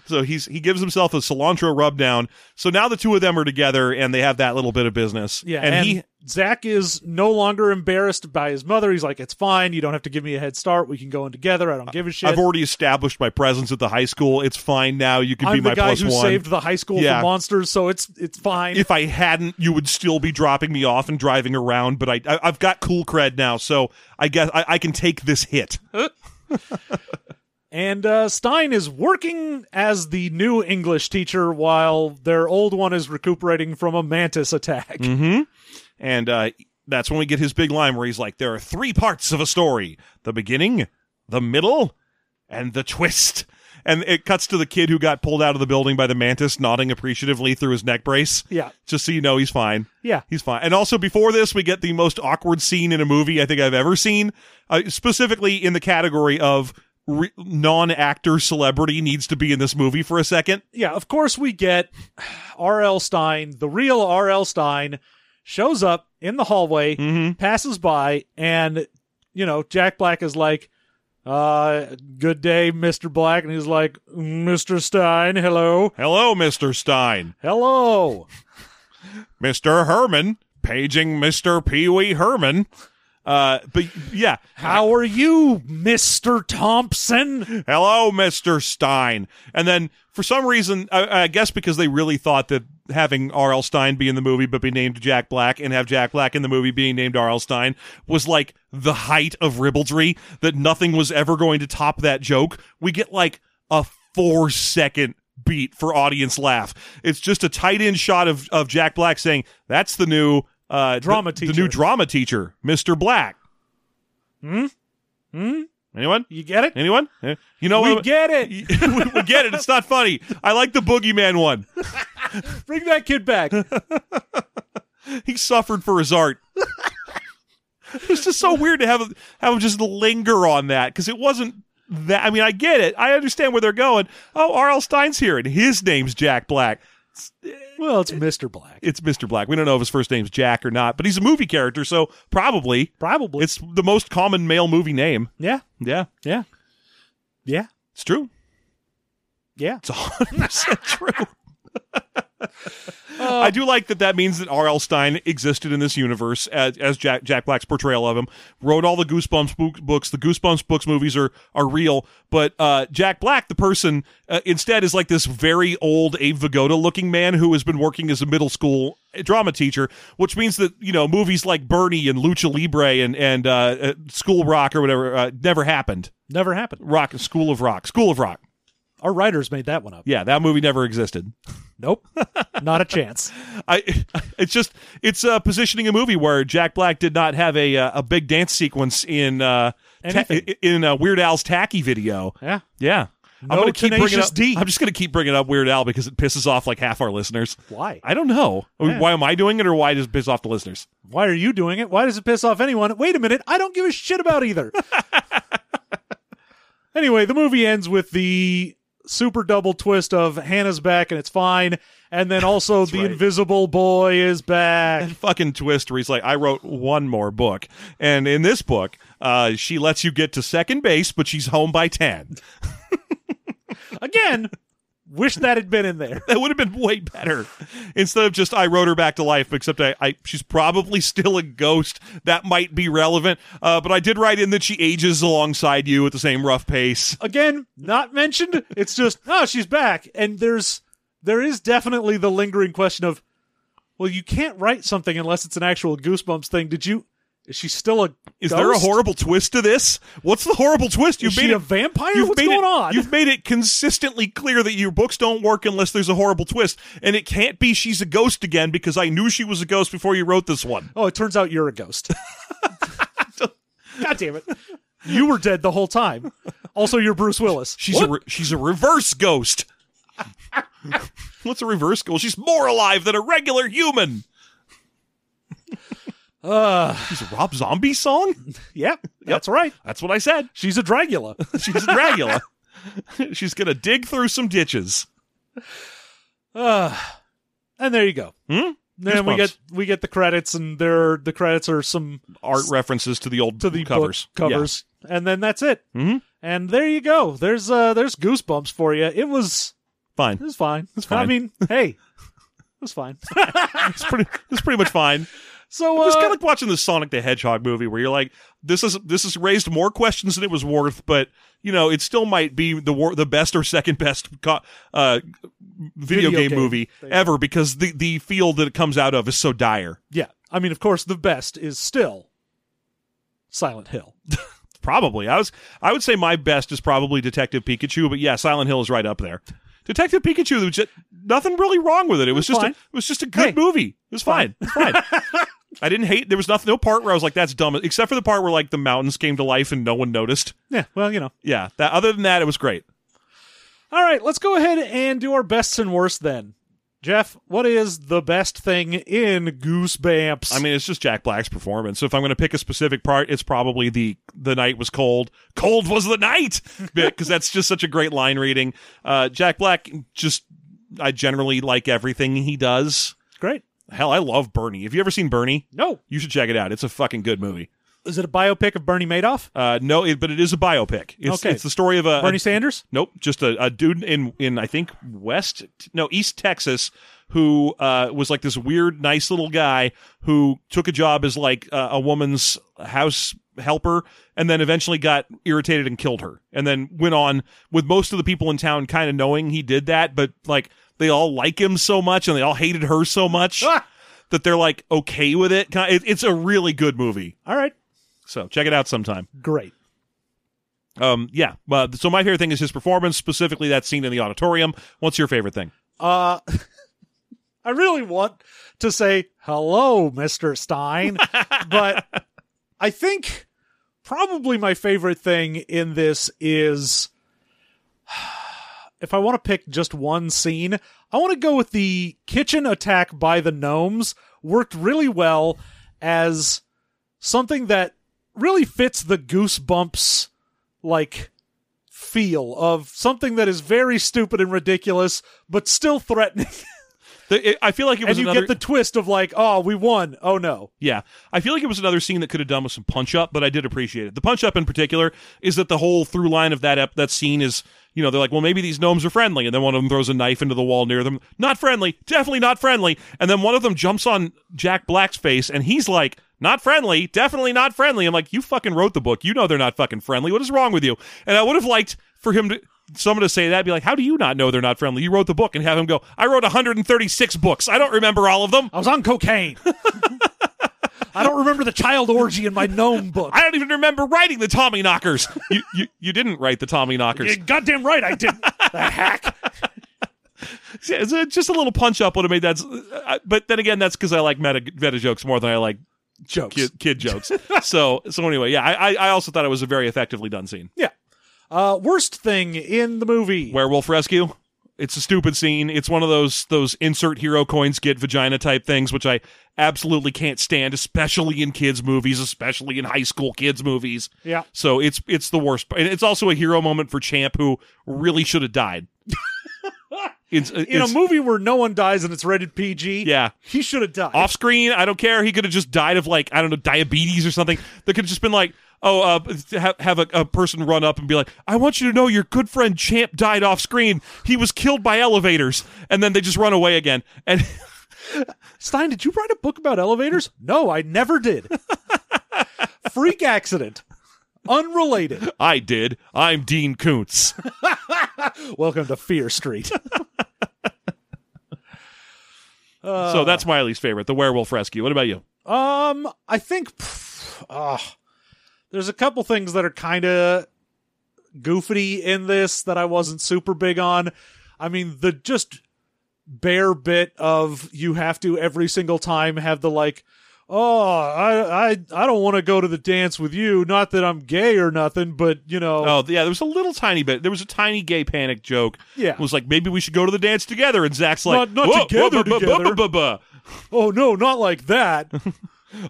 Speaker 2: so he's he gives himself a cilantro rub down. So now the two of them are together, and they have that little bit of business.
Speaker 1: Yeah,
Speaker 2: and,
Speaker 1: and,
Speaker 2: he
Speaker 1: Zach is no longer embarrassed by his mother. He's like, "It's fine. You don't have to give me a head start. We can go in together. I don't give a shit."
Speaker 2: Uh, I've already established my presence at the high school. It's fine now. You can
Speaker 1: I'm
Speaker 2: be my
Speaker 1: the guy
Speaker 2: plus
Speaker 1: who
Speaker 2: one.
Speaker 1: saved the high school
Speaker 2: Yeah.
Speaker 1: from monsters, so it's it's fine.
Speaker 2: if I hadn't, you would still be dropping me off and driving around. But I, I I've got cool cred now, so I guess I, I can take this hit.
Speaker 1: and uh, Stein is working as the new English teacher while their old one is recuperating from a mantis attack.
Speaker 2: Mm. And uh, that's when we get his big line where he's like, "There are three parts of a story: the beginning, the middle, and the twist." And it cuts to the kid who got pulled out of the building by the mantis, nodding appreciatively through his neck brace.
Speaker 1: Yeah.
Speaker 2: Just so you know, he's fine.
Speaker 1: Yeah.
Speaker 2: He's fine. And also, before this, we get the most awkward scene in a movie I think I've ever seen, uh, specifically in the category of re- non actor celebrity needs to be in this movie for a second.
Speaker 1: yeah, of course we get R.L. Stein, the real R.L. Stein, shows up in the hallway,
Speaker 2: Mm-hmm.
Speaker 1: passes by, and you know Jack Black is like, "Uh, good day, Mister Black," and he's like, "Mister Stein, hello,
Speaker 2: Hello, Mr. Stein.
Speaker 1: hello."
Speaker 2: Mr. Herman. Paging Mr. Pee Wee Herman. Uh, but yeah.
Speaker 1: How are you, Mister Thompson?
Speaker 2: Hello, Mr. Stein. And then for some reason, I, I guess because they really thought that having R.L. Stein be in the movie but be named Jack Black and have Jack Black in the movie being named R.L. Stein was like the height of ribaldry, that nothing was ever going to top that joke. We get like a four second beat for audience laugh. It's just a tight end shot of, of Jack Black saying, That's the new uh,
Speaker 1: Drama
Speaker 2: the- The
Speaker 1: teacher.
Speaker 2: new drama teacher, Mr. Black. Hmm? Hmm? Anyone?
Speaker 1: You get it?
Speaker 2: Anyone? Eh, You know
Speaker 1: We
Speaker 2: what?
Speaker 1: get it.
Speaker 2: [laughs] we, we get it. It's not funny. I like the boogeyman one.
Speaker 1: Bring that kid back.
Speaker 2: He suffered for his art. it's just so weird to have have him just linger on that because it wasn't that. I mean, I get it. I understand where they're going. Oh, R.L. Stein's here, and his name's Jack Black.
Speaker 1: [laughs] well, it's Mister Black,
Speaker 2: It's Mr. Black. We don't know if his first name's Jack or not, but he's a movie character, so probably
Speaker 1: probably.
Speaker 2: it's the most common male movie name.
Speaker 1: yeah,
Speaker 2: Yeah,
Speaker 1: yeah, yeah,
Speaker 2: it's true.
Speaker 1: yeah.
Speaker 2: It's 100% true. I do like that. That means that R.L. Stein existed in this universe as, as Jack, Jack Black's portrayal of him. Wrote all the Goosebumps book, books. The Goosebumps books movies are are real, but uh, Jack Black, the person, uh, instead is like this very old Abe Vigoda looking man who has been working as a middle school drama teacher, which means that you know movies like Bernie and Lucha Libre and and uh, uh, School Rock or whatever uh, never happened.
Speaker 1: Never happened.
Speaker 2: Rock School of Rock, School of Rock.
Speaker 1: Our writers made that one up.
Speaker 2: Yeah, that movie never existed.
Speaker 1: [laughs] Nope, not a chance.
Speaker 2: I [laughs] it's just it's uh, positioning a movie where Jack Black did not have a uh, a big dance sequence in uh, ta-
Speaker 1: Anything.
Speaker 2: in uh, Weird Al's Tacky video.
Speaker 1: Yeah.
Speaker 2: Yeah.
Speaker 1: No
Speaker 2: gonna keep bringing
Speaker 1: Tenacious
Speaker 2: up,
Speaker 1: D.
Speaker 2: I'm just going to keep bringing up Weird Al because it pisses off like half our listeners.
Speaker 1: Why?
Speaker 2: I don't know. I mean,
Speaker 1: Yeah.
Speaker 2: Why am I doing it or why does it piss off the listeners?
Speaker 1: Why are you doing it? Why does it piss off anyone? Wait a minute. I don't give a shit about either. [laughs] anyway, the movie ends with the super double twist of Hannah's back and it's fine. And [laughs] then also the
Speaker 2: right.
Speaker 1: invisible boy is [laughs] back.
Speaker 2: Fucking twist where he's like, I wrote one more book. And in this book, uh, she lets you get to second base, but she's home by 10.
Speaker 1: Again, wish that had been in there.
Speaker 2: That would have been way better. Instead of just I wrote her back to life, except I, I she's probably still a ghost. That might be relevant. Uh, but I did write in that she ages alongside you at the same rough pace.
Speaker 1: Again, not mentioned. It's just, [laughs] oh, she's back. And there's there is definitely the lingering question of well, you can't write something unless it's an actual goosebumps thing. Did you is she still a
Speaker 2: Is there a
Speaker 1: ghost?
Speaker 2: horrible twist to this? What's the horrible twist?
Speaker 1: Is she a vampire? What's
Speaker 2: made
Speaker 1: going
Speaker 2: it,
Speaker 1: on?
Speaker 2: You've made it consistently clear that your books don't work unless there's a horrible twist, and it can't be she's a ghost again because I knew she was a ghost before you wrote this one.
Speaker 1: [laughs] Oh, it turns out you're a
Speaker 2: [laughs]
Speaker 1: ghost. God damn it. You were dead the whole time. Also, you're Bruce Willis.
Speaker 2: She's
Speaker 1: What? [laughs]
Speaker 2: a re- she's a reverse ghost. What's a reverse ghoul? She's more alive than a regular human.
Speaker 1: Uh,
Speaker 2: She's a Rob Zombie song?
Speaker 1: yeah, that's right.
Speaker 2: That's what I said.
Speaker 1: She's a Dragula. [laughs]
Speaker 2: She's Dracula. She's going to dig through some ditches.
Speaker 1: Uh, and there you go.
Speaker 2: Hmm?
Speaker 1: Then we
Speaker 2: Goosebumps.
Speaker 1: get we get the credits, and there the credits are some
Speaker 2: Art references to the old
Speaker 1: to the
Speaker 2: covers.
Speaker 1: book covers, Mm-hmm. and then that's it.
Speaker 2: Yeah. Mhm.
Speaker 1: And there you go. There's uh there's goosebumps for you. It was it
Speaker 2: Fine.
Speaker 1: was fine. It's I
Speaker 2: fine.
Speaker 1: mean, hey, it was fine. [laughs]
Speaker 2: It's pretty it's pretty much fine.
Speaker 1: So
Speaker 2: It was
Speaker 1: uh,
Speaker 2: kind of like watching the Sonic the Hedgehog movie where you're like, this is this has raised more questions than it was worth, but you know, it still might be the wor- the best or second best co- uh, video,
Speaker 1: Video
Speaker 2: game,
Speaker 1: game.
Speaker 2: movie
Speaker 1: There you
Speaker 2: ever because the the field that it comes out of is so dire.
Speaker 1: yeah. I mean, of course, the best is still Silent Hill.
Speaker 2: Probably. I was I would say my best is probably Detective Pikachu, but yeah, Silent Hill is right up there. Detective Pikachu, there was just, nothing really wrong with it. It was just a,
Speaker 1: fine.
Speaker 2: it was just a good
Speaker 1: Hey.
Speaker 2: movie. It was fine. It's fine. [laughs] I didn't hate. There was nothing, no part where I was like, "That's dumb," except for the part where like the mountains came to life and no one noticed.
Speaker 1: Yeah. Well, you know.
Speaker 2: Yeah. That other than that, it was great.
Speaker 1: All right, let's go ahead and do our bests and worst then. Jeff, what is the best thing in Goosebumps?
Speaker 2: I mean, it's just Jack Black's performance. So if I'm going to pick a specific part, it's probably the the night was cold. Cold was the night [laughs] because that's just such a great line reading. Uh, Jack Black just I generally like everything he does.
Speaker 1: great.
Speaker 2: Hell, I love Bernie. Have you ever seen Bernie?
Speaker 1: No,
Speaker 2: You should check it out. It's a fucking good movie.
Speaker 1: is it a biopic of Bernie Madoff?
Speaker 2: Uh, no, it, but it is a biopic. It's,
Speaker 1: Okay.
Speaker 2: it's the story of a,
Speaker 1: Bernie
Speaker 2: a
Speaker 1: Sanders?
Speaker 2: Nope, just a, a dude in in I think West no East Texas who uh, was like this weird, nice little guy who took a job as like uh, a woman's house helper, and then eventually got irritated and killed her, and then went on with most of the people in town kind of knowing he did that, but like they all like him so much and they all hated her so much
Speaker 1: Ah!
Speaker 2: that they're like okay with it. Ki- it. It's a really good movie,
Speaker 1: All right,
Speaker 2: so check it out sometime.
Speaker 1: great.
Speaker 2: Um, yeah. Uh, so my favorite thing is his performance, specifically that scene in the auditorium. What's your favorite thing?
Speaker 1: Uh, [laughs] I really want to say hello, Mister Stein, but I think probably my favorite thing in this is [sighs] if I want to pick just one scene, I want to go with the kitchen attack by the gnomes. Worked really well as something that really fits the goosebumps like feel of something that is very stupid and ridiculous but still [laughs] threatening
Speaker 2: The, it, I feel like it
Speaker 1: and
Speaker 2: was
Speaker 1: you
Speaker 2: another.
Speaker 1: get the twist of like oh we won oh no
Speaker 2: yeah, I feel like it was another scene that could have done with some punch up, but I did appreciate it. The punch up in particular is that the whole through line of that ep- that scene is you know they're like, well maybe these gnomes are friendly, and then one of them throws a knife into the wall near them. Not friendly, definitely not friendly. And then one of them jumps on Jack Black's face, and he's like. Not friendly, definitely not friendly. I'm like, you fucking wrote the book. You know they're not fucking friendly. What is wrong with you? And I would have liked for him to someone to say that, be like, how do you not know they're not friendly? You wrote the book, and have him go, I wrote 136 books. I don't remember all of them.
Speaker 1: i was on cocaine [laughs] i don't remember the child orgy in my gnome book
Speaker 2: I don't even remember writing the Tommy Knockers. you, you you didn't write the Tommy Knockers.
Speaker 1: You're goddamn right i didn't [laughs] the hack
Speaker 2: Yeah, it's a- just a little punch up would have made that. s- I- But then again, that's because I like meta, meta jokes more than I like
Speaker 1: jokes
Speaker 2: kid, kid jokes. so so anyway, yeah, I I- I also thought it was a very effectively done scene.
Speaker 1: yeah uh worst thing in the movie
Speaker 2: Werewolf Rescue. It's a stupid scene. It's one of those those insert hero coins get vagina type things, which I absolutely can't stand, especially in kids movies, especially in high school kids movies.
Speaker 1: yeah
Speaker 2: So it's it's the worst. And it's also a hero moment for Champ, who really should have
Speaker 1: [laughs]
Speaker 2: died. it's, uh,
Speaker 1: in
Speaker 2: it's-
Speaker 1: a movie where no one dies and it's rated pg
Speaker 2: yeah.
Speaker 1: he should have died
Speaker 2: Off screen, I don't care. He could have just died of like I don't know diabetes or something. That could have just been like, oh, uh, have, have a, a person run up and be like, I want you to know your good friend Champ died off screen. He was killed by elevators, and then they just run away again. And [laughs]
Speaker 1: stein did you write a book about elevators no i never [laughs] did freak accident unrelated
Speaker 2: I did. I'm Dean Koontz.
Speaker 1: welcome to fear street [laughs] Uh.
Speaker 2: so that's my least favorite, the werewolf rescue. What about you?
Speaker 1: Um, I think [sighs] pff, ah, there's a couple things that are kind of goofy in this that I wasn't super big on. I mean, the just bare bit of you have to every single time have the like, oh, I I I don't want to go to the dance with you. Not that I'm gay or nothing, but you know,
Speaker 2: Oh yeah, there was a little tiny bit. There was a tiny gay panic joke.
Speaker 1: Yeah.
Speaker 2: It was like maybe we should go to the dance together, and Zach's like,
Speaker 1: Not- not
Speaker 2: "Whoa,
Speaker 1: together,
Speaker 2: whoa, buh, buh,
Speaker 1: together."
Speaker 2: buh, buh,
Speaker 1: oh no, not like that.
Speaker 2: [laughs] buh, buh.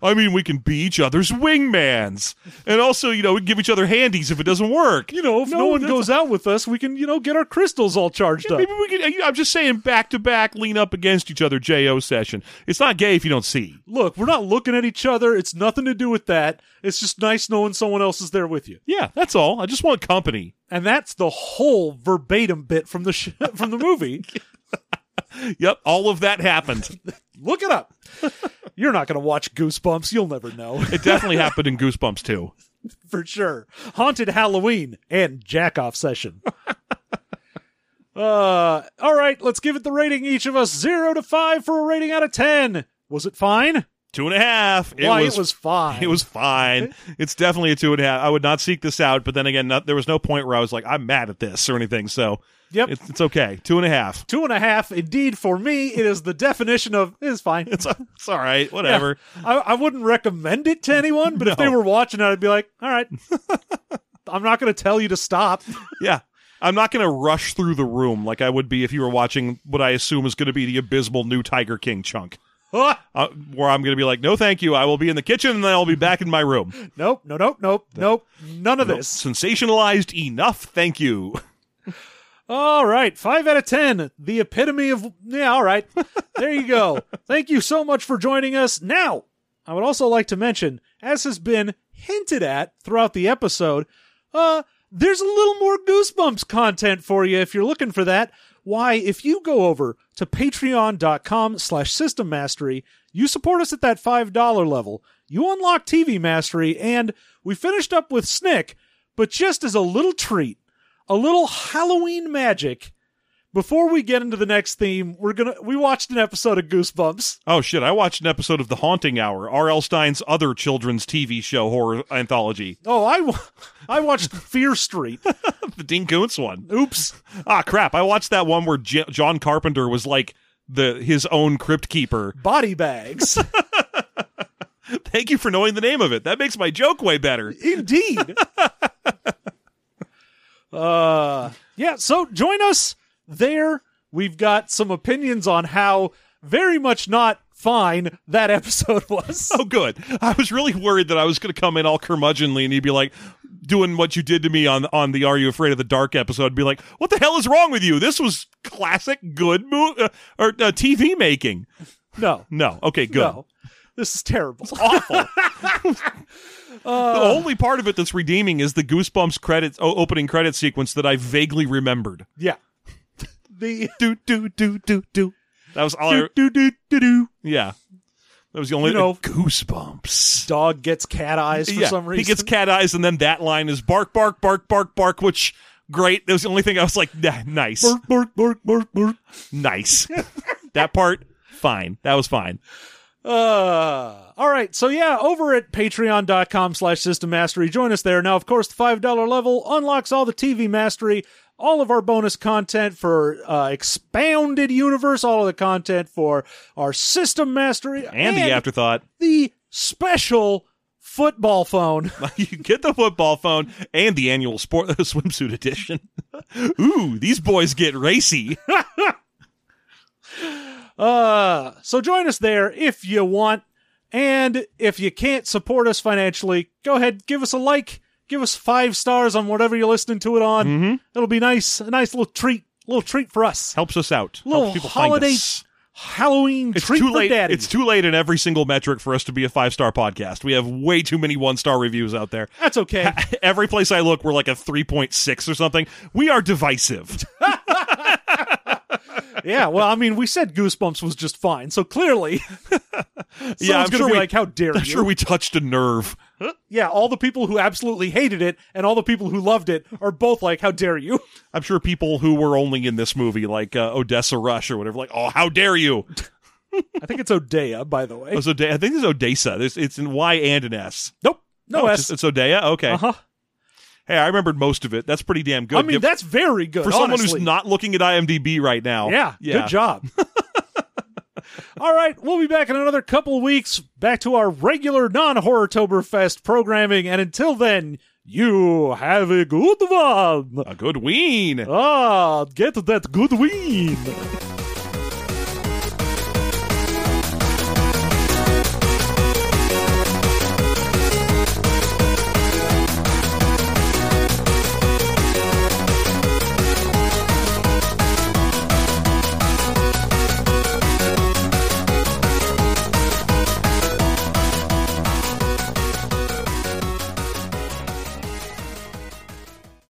Speaker 2: I mean, we can be each other's wingmans, and also you know we give each other handies if it doesn't work.
Speaker 1: You know, if no,
Speaker 2: No,
Speaker 1: one
Speaker 2: that's-
Speaker 1: goes out with us, we can you know get our crystals all charged up.
Speaker 2: Maybe we can. I'm just saying, back to back, lean up against each other. Jo session. It's not gay if you don't see.
Speaker 1: Look, we're not looking at each other. It's nothing to do with that. It's just nice knowing someone else is there with you.
Speaker 2: Yeah, that's all. I just want company.
Speaker 1: And that's the whole verbatim bit from the sh- [laughs] from the movie.
Speaker 2: Yep, all of that happened.
Speaker 1: Look it up. [laughs] You're not going to watch Goosebumps. You'll never know [laughs]
Speaker 2: It definitely happened in Goosebumps too.
Speaker 1: for sure. Haunted Halloween and jack off session. [laughs] Uh, all right, let's give it the rating each of us 0 to 5 for a rating out of 10. Was it fine?
Speaker 2: Two and a half. It
Speaker 1: Why
Speaker 2: was
Speaker 1: it was fine.
Speaker 2: It was fine. It's definitely a two and a half. I would not seek this out, but then again, not, there was no point where I was like, I'm mad at this or anything. So
Speaker 1: Yep.
Speaker 2: it's, it's okay. Two and a half. [laughs]
Speaker 1: two and a half indeed for me it is the definition of it is fine
Speaker 2: It's, it's all right. [laughs] Whatever.
Speaker 1: I, I wouldn't recommend it to anyone but if they
Speaker 2: No.
Speaker 1: were watching it i'd be like all right [laughs] i'm not going to tell you to stop [laughs]
Speaker 2: Yeah. I'm not going to rush through the room like I would be if you were watching what I assume is going to be the abysmal new Tiger King chunk.
Speaker 1: Ah,
Speaker 2: Uh, where I'm going to be like, no, thank you. I will be in the kitchen and then I'll be back in
Speaker 1: [laughs]
Speaker 2: my room.
Speaker 1: nope no nope nope nope none of this
Speaker 2: Sensationalized enough. Thank you.
Speaker 1: all right five out of ten the epitome of yeah all right there you go thank you so much for joining us now i would also like to mention as has been hinted at throughout the episode uh, there's a little more Goosebumps content for you if you're looking for that. Why, if you go over to patreon.com slash system mastery, you support us at that $5 level. You unlock TV mastery, and we finished up with Snick, but just as a little treat, a little Halloween magic. Before we get into the next theme, we're gonna we watched an episode of Goosebumps.
Speaker 2: Oh shit! I watched an episode of The Haunting Hour, R.L. Stein's other children's TV show horror anthology, [laughs]
Speaker 1: Oh, I wa- I watched Fear Street.
Speaker 2: the Dean Koontz one.
Speaker 1: Oops.
Speaker 2: Ah, crap! I watched that one where J- John Carpenter was like the his own crypt keeper.
Speaker 1: Body bags.
Speaker 2: Thank you for knowing the name of it. That makes my joke way better.
Speaker 1: Indeed. uh, yeah, so join us there. We've got some opinions on how very much not fine that episode was.
Speaker 2: Oh, good. I was really worried that I was going to come in all curmudgeonly and he'd be like doing what you did to me on on the Are You Afraid of the Dark episode. and Be like, what the hell is wrong with you? This was classic good mo- uh, or uh, TV making.
Speaker 1: No,
Speaker 2: No. Okay. Good. Oh.
Speaker 1: no. This is terrible.
Speaker 2: awful. the only part of it that's redeeming is the Goosebumps credits o- opening credit sequence that I vaguely remembered.
Speaker 1: Yeah. The
Speaker 2: Do do do do do. That was all. I,
Speaker 1: do do do do.
Speaker 2: yeah, that was the only.
Speaker 1: You know-
Speaker 2: Goosebumps.
Speaker 1: Dog gets cat eyes for
Speaker 2: yeah,
Speaker 1: some reason.
Speaker 2: he gets cat eyes, and then that line is bark, bark, bark, bark, bark. Which great. That was the only thing I was like, nah, nice,
Speaker 1: Bark, bark, bark, bark, bark.
Speaker 2: nice. [laughs] that part, fine. That was fine.
Speaker 1: Uh, all right. So yeah, over at patreon.com slash system mastery, join us there. Now, of course, the $5 level unlocks all the TV mastery, all of our bonus content for, uh, expounded universe, all of the content for our system mastery
Speaker 2: And, the afterthought. [laughs]
Speaker 1: the special football phone. [laughs]
Speaker 2: you get the football phone and the annual sport [laughs] swimsuit edition. [laughs] Ooh, these boys get racy.
Speaker 1: Uh, so join us there if you want. And if you can't support us financially, go ahead, give us a like, give us five stars on whatever you're listening to it on.
Speaker 2: Mm-hmm.
Speaker 1: It'll be nice, a nice little treat, little treat for us.
Speaker 2: Helps us out.
Speaker 1: Little
Speaker 2: Helps people
Speaker 1: holiday
Speaker 2: find us.
Speaker 1: Halloween
Speaker 2: It's
Speaker 1: treat
Speaker 2: too
Speaker 1: for
Speaker 2: late.
Speaker 1: daddy.
Speaker 2: It's too late in every single metric for us to be a five star podcast. We have way too many one star reviews out there.
Speaker 1: That's
Speaker 2: [laughs]
Speaker 1: okay.
Speaker 2: Every place I look, we're like a three point six or something. We
Speaker 1: [laughs]
Speaker 2: are divisive.
Speaker 1: yeah, well, I mean, we said Goosebumps was just fine, so clearly, [laughs]
Speaker 2: yeah,
Speaker 1: someone's
Speaker 2: I'm
Speaker 1: gonna
Speaker 2: sure
Speaker 1: be
Speaker 2: we,
Speaker 1: like, "How dare
Speaker 2: I'm
Speaker 1: you?"
Speaker 2: sure we touched a nerve.
Speaker 1: yeah, all the people who absolutely hated it and all the people who loved it are both like, "How dare you?"
Speaker 2: I'm sure people who were only in this movie, like uh, Odessa Rush or whatever, like, oh, how
Speaker 1: [laughs]
Speaker 2: dare you?
Speaker 1: I think it's Odea, by the
Speaker 2: It
Speaker 1: way.
Speaker 2: was Ode- I think it's Odessa. There's, it's in Y and an S.
Speaker 1: Nope, no
Speaker 2: Oh, it's
Speaker 1: S.
Speaker 2: just- it's Odea. Okay.
Speaker 1: Uh huh.
Speaker 2: Hey, I remembered most of it. That's pretty damn good.
Speaker 1: I mean,
Speaker 2: Give-
Speaker 1: that's very good
Speaker 2: for someone
Speaker 1: honestly.
Speaker 2: [laughs] who's not looking at IMDb right now.
Speaker 1: Yeah,
Speaker 2: Yeah.
Speaker 1: good job. All right, we'll be back in another couple weeks, back to our regular non Horrortoberfest programming. And until then, you have a good one.
Speaker 2: A good ween.
Speaker 1: Ah, get that good win.